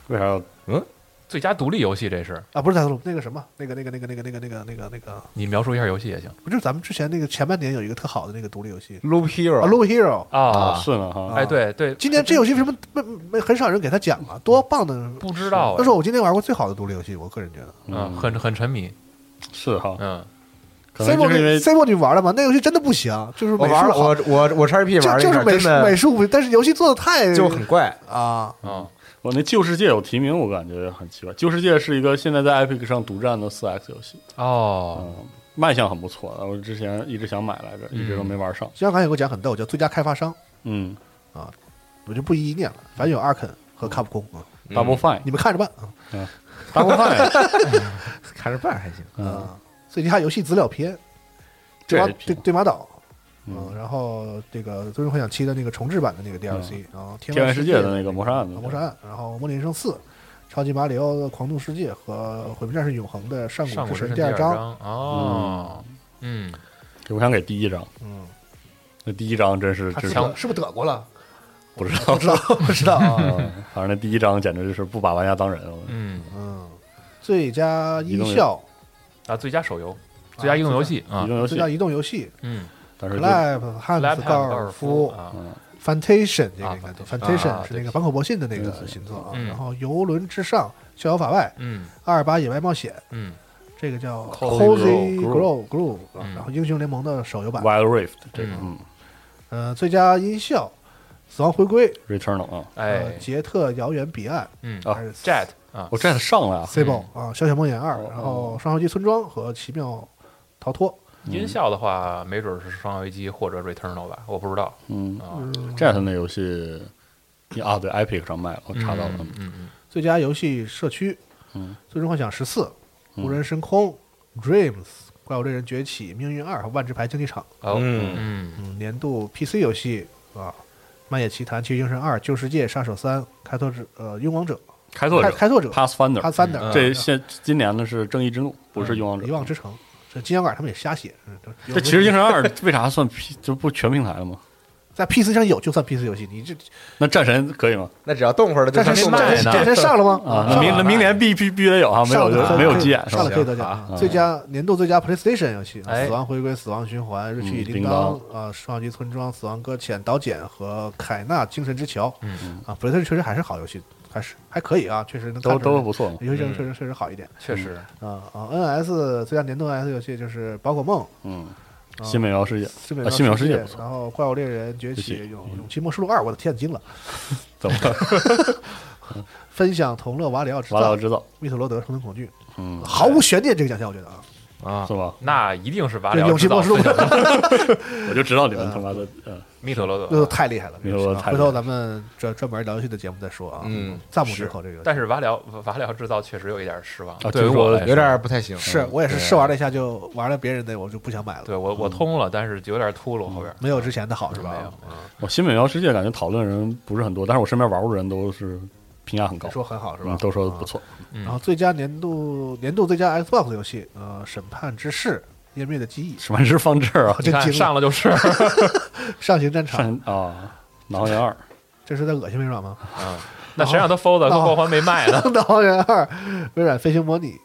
为啥要
最佳独立游戏这是，
啊？不是 Death Loop，那个什么？那个那个那个那个那个那个那个那个，
你描述一下游戏也行
不就是咱们之前那个前半年有一个特好的那个独立游戏
Loop
啊
Hero，
，Loop Hero。
啊
是呢哈？
哎，对对，
今年这游戏为什么没没很少人给他讲啊？多棒的！
不知道哎
那是我今天玩过最好的独立游戏，我个人觉得。
嗯，很很沉迷，
是哈，
嗯，
可
C
能
b
就是因
o
为
C b o 你玩了吗？那游戏真的不行，就是
我
美术
玩了，
好
我我我 XP 玩了
就
一
就是
下，
美
真
术
的
美术不，但是游戏做的太
就很怪，
啊，
啊，
我那旧世界有提名，我感觉很奇怪。旧世界是一个现在在 Epic 上独占的四 X 游戏，
哦，嗯
嗯，卖相很不错的，我之前一直想买来着，一直都没玩上。
金小刚也给我讲很逗，叫最佳开发商，
嗯
我就不一一念了，反正有 Ark 和卡普空啊，
嗯
，Double
你
Fine，Double
们看着办啊
Fine，
看着办还行。
嗯，
啊！最佳游戏资料片，对
这
马
也
对
挺
对马岛，
嗯
嗯，然后这个《最终幻想七》的那个重置版的那个 DLC，然后《天
嗯天外
世
世界的那个谋杀案 的
啊谋杀案，然后《魔力人生四》、《超级马里奥的狂怒世界》和《毁灭战士永恒》的嗯上
上
古
古之
之神
神
第
第
二
二
章，
章哦，嗯，
我想给第一章，
嗯，
那第一章真是
他
真
是
是
不是是不是德国了？
不知道
不知道， 不知道啊。
哦
嗯， 反正那第一章简直就是不把玩家当人。我
嗯
嗯，最佳音效，
啊，最佳手游，最佳移动游戏啊
移，动游戏
最，佳移动游戏
嗯
但是就
Clap、汉
，Lab
斯高尔夫、
啊，
嗯
Fantation 这个
啊
应该读
Fantasia
Fantation
啊
是
对不
那个
起
坂口博信的那个
嗯
新作啊。
嗯
然后游轮之上、逍遥法外、
嗯
二八野外冒险，
嗯
这个叫
Cozy
Cozy Grove
Grove
Grove，啊
嗯
然后英雄联盟的手游版。
Wild Rift 这个，嗯
嗯
呃，最佳音效，死亡回归，
，Returnal 啊，
呃，
哎，
杰特遥远彼岸
嗯
啊
还是
，Jet 啊，
我这上来啊，
Sable 啊，小小梦魇二，
哦
然后双号机村庄和奇妙逃脱。
音效的话，没准是双危机或者 Returnal 吧，我不知道
嗯
啊，
，Jet 那游戏啊，对，Epic 上卖了，我查到了，
嗯嗯
最佳游戏社区，
嗯，
最终幻想十四、无人深空、Dreams、怪物猎人崛起、命运二和万智牌竞技场，
哦，
嗯
嗯
嗯，年度 PC 游戏啊，漫野奇谭、奇遇精神二、旧世界、杀手三、开拓者、呃，勇往者、
开拓
开
者
开拓者、
嗯 Pathfinder，
Pathfinder，
这
嗯
现今年的是《正义之怒》，不是《勇往者
遗》。忘之城，这金小杆他们也瞎写，嗯
这其实《英神二》 为啥算 P 就不全平台了吗？
在 PC 上有就算 PC 游戏，你这
那战神可以吗？
那只要动会儿的，
战神
是
动
卖
战
的
神战神上了吗？
啊，
上了
那明那明年必必必须得有啊，没
上
有
了可
就
以
没有
可以
急眼是
上
吧
了？可以得奖啊！
行
最佳年度最佳 PlayStation 游戏，啊
哎
死亡回归》《死亡循环》《日去与
嗯
叮
叮
当》啊，《双击村庄》《死亡搁浅》《导剪》和《凯纳精神之桥》
嗯
啊，PlayStation 确实还是好游戏，还是还可以啊，确实能
都
看出来
都嗯不错嘛。
游戏性确实确实好一点
确实，
啊啊！NS 最佳年度 NS 游戏就是《宝可梦》《
嗯，新美妙世界，
新美
啊新
妙
美妙
世
世界
界
不》，错
然后《怪物猎人崛起
崛》起
《勇勇气末世录二》，我的天，惊了！
怎么 了？
分享同乐瓦里奥制
完了
造
我
《
知道，
密特罗德：生存恐惧
嗯》，，
毫无悬念这个奖项，我觉得啊，
啊
是，吧？
那一定是瓦
对
里
《
奥
勇气
制
末
造
世录》。
我就知道你们他妈的，嗯，
密特罗
那
德
都，太厉害了，
没有
啊
太
回
厉害
头咱们专专门聊游戏的节目再说啊。
嗯，
赞不绝口这个游戏，
但是瓦里奥瓦里奥制造确实有一点失望，
啊
对于
就是
我
说
来
有
说
点儿不太行。
是我也是试玩了一下，就玩了别人的，我就不想买了，
对
嗯
我我通了，但是有点秃噜后边儿。
没有之前的好是
没
吧
有？
我新美妙世界感觉讨论人不是很多，但是我身边玩过的人都是评价很高
都，说很好是吧
嗯？都说不
啊。
错。
嗯
然后最佳年度年度最佳 Xbox 游戏，呃，《审判之誓》《湮灭的记忆
什么是放这儿啊？
真
你看
惊了
上了就是，》
《上行战场》，
上啊，南方园二，
这是在恶心微软吗？
嗯，那谁让他 fold 跟光环没卖呢？
《导演二》，微软飞行模拟，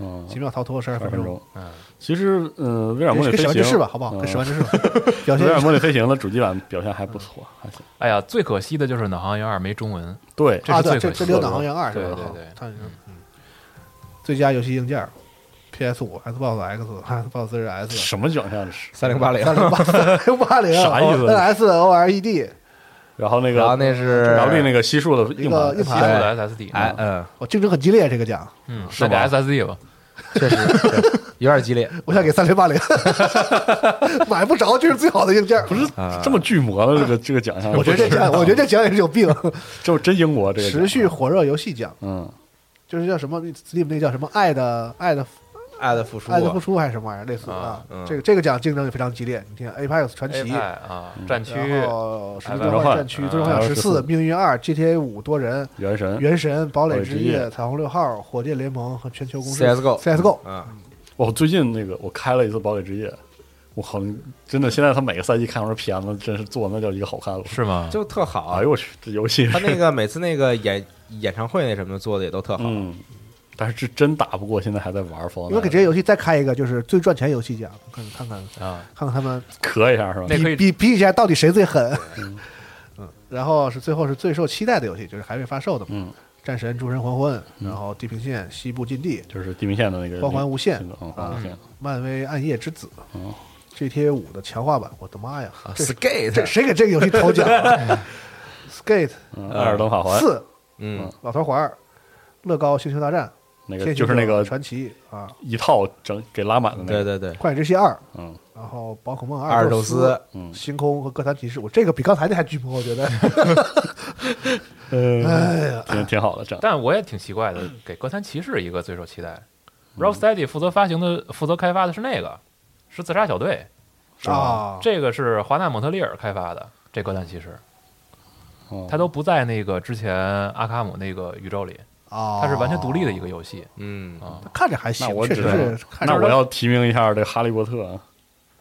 嗯，
奇妙逃脱十二
二
分
分
钟，
钟。
嗯，
其实，呃，微软模
跟跟史
拟飞行
完之事吧，好不好？
嗯
跟史完之事吧， 表
微
现
软模拟飞行的主机版表现还不错，还行。
哎呀，最可惜的就是《导航员二》没中文，
对，
这
啊，
是最
对，这
可
这
惜
只有《
的。
导航员二》是吧？
对对对
它是嗯，最佳游戏硬件，PS 五、Xbox X、Xbox Series S、
什么奖项这是？
三零八零，
三零八、三零八零，
啥意思
n s E OLED，
然后那
然后
个
那 是
W 那个西数的硬
个
盘
技
硬
术
盘，
的 SSD，
哎嗯，
我竞争很激烈，这个奖，
嗯，
是
那给
吧
SSD 吧，
确实对有点激烈。
我想给三零八 零，买不着，这是最好的硬件。不是，
啊
这么巨魔的这个这个奖项，
我觉得这奖，我觉得这奖也是有病。
这真英国这个奖
持续，火热游戏奖，
嗯，
就是叫什么 Steam 那叫什么爱的爱的
爱的付出啊，
爱的付出还是什么玩意儿，类似啊
啊。
嗯
这个这个奖竞争也非常激烈。你听 Apex 传
A
奇，
派啊，战区
然后《使命
哎
召
召
唤
唤
战区》《
嗯
最终幻想十
还有
四》
14
《命运二》《GTA 五》多人。
原神，
《原神》《堡垒之夜
嗯堡垒之》夜
《彩虹六号》《火箭联盟》和《全球公司》
CSGO
CSGO
嗯，
我哦最近那个我开了一次堡垒之夜，我靠，真的现在他每个赛季看完这片子，真是做那叫一个好看了。
是吗？
就特好啊
哎。呦我去，这游戏
他那个每次那个演演唱会那什么的做的也都特好。
嗯，但是这真打不过，现在还在玩风，
因为给这些游戏再开一个，就是最赚钱游戏奖，看看看
啊，
看看他们
咳一下是吧？
那可
比
以
比比一下到底谁最狠。 嗯，然后是最后是最受期待的游戏，就是还未发售的嘛，
嗯
战神》《诸神黄昏》，
嗯
然后《地平线》《西部禁地》
就是地平线的那个
光环无限
这个嗯，光环无限，
《漫威暗夜之子
嗯》
GTA 五的强化版，我的妈呀！
啊
这这
啊 Skate，
谁给这个游戏投奖啊 ？Skate
嗯，艾尔登法环，
四、
嗯，
老头环二、乐高星球大战、
那个
天
就
行
是
者
那个
传奇啊，
一套整给拉满的
嗯
那
对
个，
对对，
旷野之息二，
嗯
然后宝可梦
阿尔宙
斯
斯、
嗯
星空和哥谭骑士，我这个比刚才那还巨魔，我觉 得。
呃，
哎呀，
挺挺好的，整
但我也挺奇怪的，给《哥谭骑士》一个最受期待。Rocksteady
嗯
负责发行的、负责开发的是那个，是自杀小队，
啊，
这个是华纳蒙特利尔开发的。这《哥谭骑士》
哦
它都不在那个之前阿卡姆那个宇宙里，
啊，
它是完全独立的一个游戏
嗯，
啊。
看着还行
那，我
确
只
实
能
是看着。
那我要提名一下这《哈利波特》，啊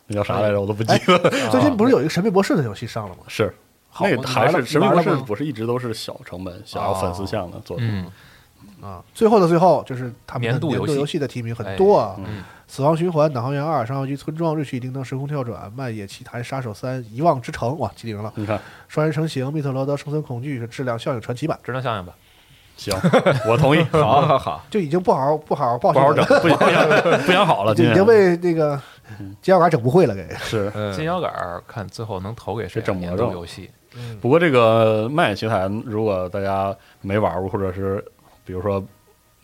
那叫啥来着？我都
哎
不记得了。
最近不是有一个神秘博士的游戏上了吗？
是，
好
那
吗
个
你
还
玩了
是《神秘
你
博
玩
士
了吗》
不是一直都是小成本、想
哦
要粉丝向的作品？
嗯，
啊，最后的最后就是他们的
年度
年
游
度
戏
游戏的提名很多啊，
哎
嗯
死亡循环》《导航员二》《上校机村庄》《瑞奇与叮当》《时空跳转》《漫野奇谭》《杀手三》《遗忘之城》哇，记灵了，
你看，
《双人成行》《密特罗德：生存恐惧》是质量效应传奇版，
只能想想吧。
行，我同意，
好好好，
就已经不好好不好好报
不
销
好
了
整，不不想不想好了，
就
今
已
天
经被那个犄角瓜整不会了，给
是。
嗯，
金摇杆儿看最后能投给谁啊？
这整魔
年
怔
度
了
游戏
不过这个《漫野奇谭》，如果大家没玩过，或者是比如说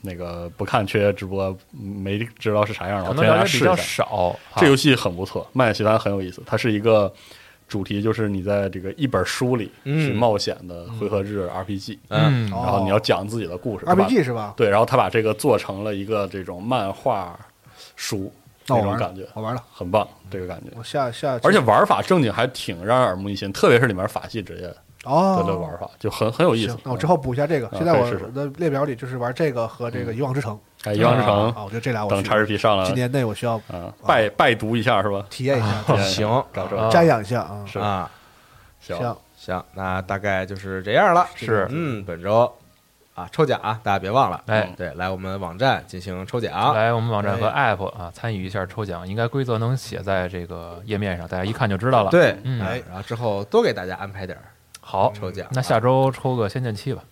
那个不看缺直播，没知道是啥样的，
可
我
能
推荐大
了
家
解
哦试
比
一
较。
下
少。
这游
戏
戏很不错，《漫野奇谭》很有意思，它是一个主题，就是你在这个一本书里
嗯
去冒险的回合制 RPG，、
嗯
哦
然后你要讲自己的故事。它把
RPG 是吧？
对，然后他把这个做成了一个这种漫画书
那
那
我
种
玩了
感觉，
我玩了，
很棒，这个感觉。
我下下，
而且玩法正经还挺让人耳目一新，特别是里面法系职业的
哦，
这玩法就很很有意思
行。，那我之后补一下这个。
啊
现在我
可以试试
我的列表里就是玩这个和这个《遗忘之城》
哎，遗忘之城
啊，我觉得这俩我
等
需
x r p 上了
今年内我需要
啊，拜拜读一下是吧？
体验一下，对
行
搞这
啊
瞻仰一下啊。
是
啊，
行
行，
行，那大概就是这样了。
是
嗯，本周啊抽奖啊，大家别忘了，
哎
对，来我们网站进行抽奖。
来我们网站和
哎
App 啊参与一下抽奖，应该规则能写在这个页面上，大家一看就知道了。，
对，
嗯
啊然后之后多给大家安排点儿
好，
抽奖啊。
那下周抽个《仙剑七》吧。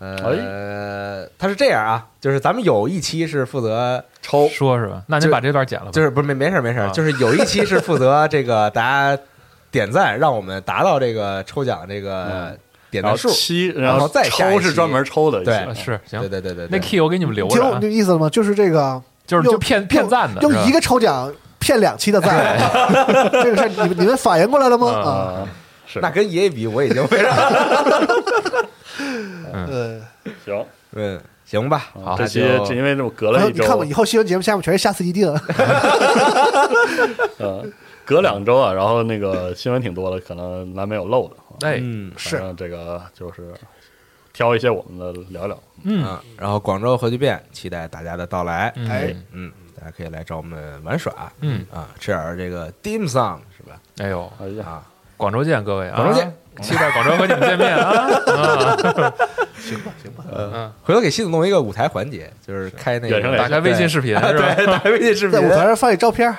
哎
呃，他是这样啊，就是咱们有一期是负责
抽
说是吧？那您
就
把这段剪了吧。
就是不是没没事儿没事儿，
啊
就是有一期是负责这个大家点赞，让我们达到这个抽奖这个点
然后
赞数。
七，
然后再下一
抽是
期
专门抽的一期，
对
呃
嗯
是行
对，对对对，
那
对
key 我给你们留
听
着
懂
啊，
这意思了吗？就是这个，
就是
用
就骗骗赞的，
用
是吧
一个抽奖骗两期的赞， 这个事儿你们你们反应过来了吗？
嗯
啊，
啊，是
那跟爷爷比，我已经非常
嗯
呃，
行。
嗯行吧，
好
这
那
期
就
这因为这我隔
然
了
后
一
你
周，
看我以后新闻节目下面全是下次 一定，
呃，隔两周啊，然后那个新闻挺多的，可能难免有漏的。
哎，
嗯
是
反正这个就是挑一些我们的聊聊。
嗯，
嗯，然后广州核聚变，期待大家的到来。
嗯
哎，
嗯，大家可以来找我们玩耍
嗯，
啊，吃点儿这个 dim sum 是吧？
哎呦，
哎呀，
啊，
广州见，各位啊，
广州见，
期待广州和你们见面啊，啊
行吧，行吧。
嗯，
回头给系统弄一个舞台环节，就是开那个
远程连
打开微信视频是吧？
对，打开微信视频
在舞台上放一照片，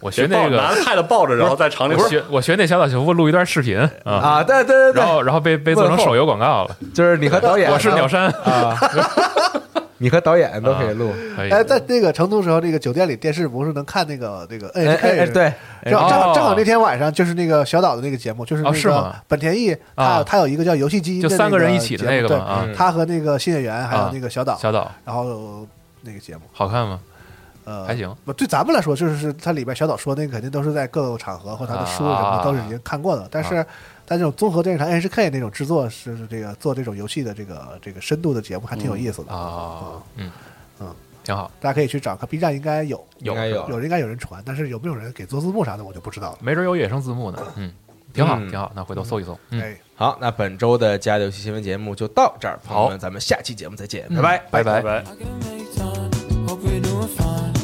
我学那
别抱拿
个，
着 pad 抱着，然后在厂里
我学我学那小岛秀夫录一段视频啊，
啊，对对对
然
对，
后然后被被做成手游广告了。
就是你和导演，
我是鸟山，
啊，你和导演都可以录，
可以
哎，在那个成都时候，那个酒店里电视不是能看那个那个 N
哎
H K
哎哎，对，
正好正好
哦
正好那天晚上就是那个小岛的那个节目，就是那
哦是
个
吗
本田翼，他
啊
他有一个叫游戏基因的
就
那节目，
三个人一起的那个
对
嘛啊
嗯
他和那个新演员还有
啊
那个小岛，
小岛
然后那个节目，
好看吗？
呃，
还行。
不对咱们来说，就是它里边小岛说那个肯定都是在各个场合或他的书什么
啊
都是已经看过的，但是但这种综合电视台 NHK 那种制作是这个做这种游戏的这个这个深度的节目还挺有意思的，
啊，嗯
嗯，
挺好，
大家可以去找看，B 站应该有。
有
应该有
有人应该有人传，但是有没有人给做字幕啥的，我就不知道了。
没准有野生字幕呢。嗯，挺好，
嗯
挺好。那回头搜一搜。嗯，
哎，
好，那本周的家游戏新闻节目就到这儿，朋友们，
好
咱们下期节目再见，拜拜。
拜拜
拜。拜。
I can make time. Hope we're doing fine.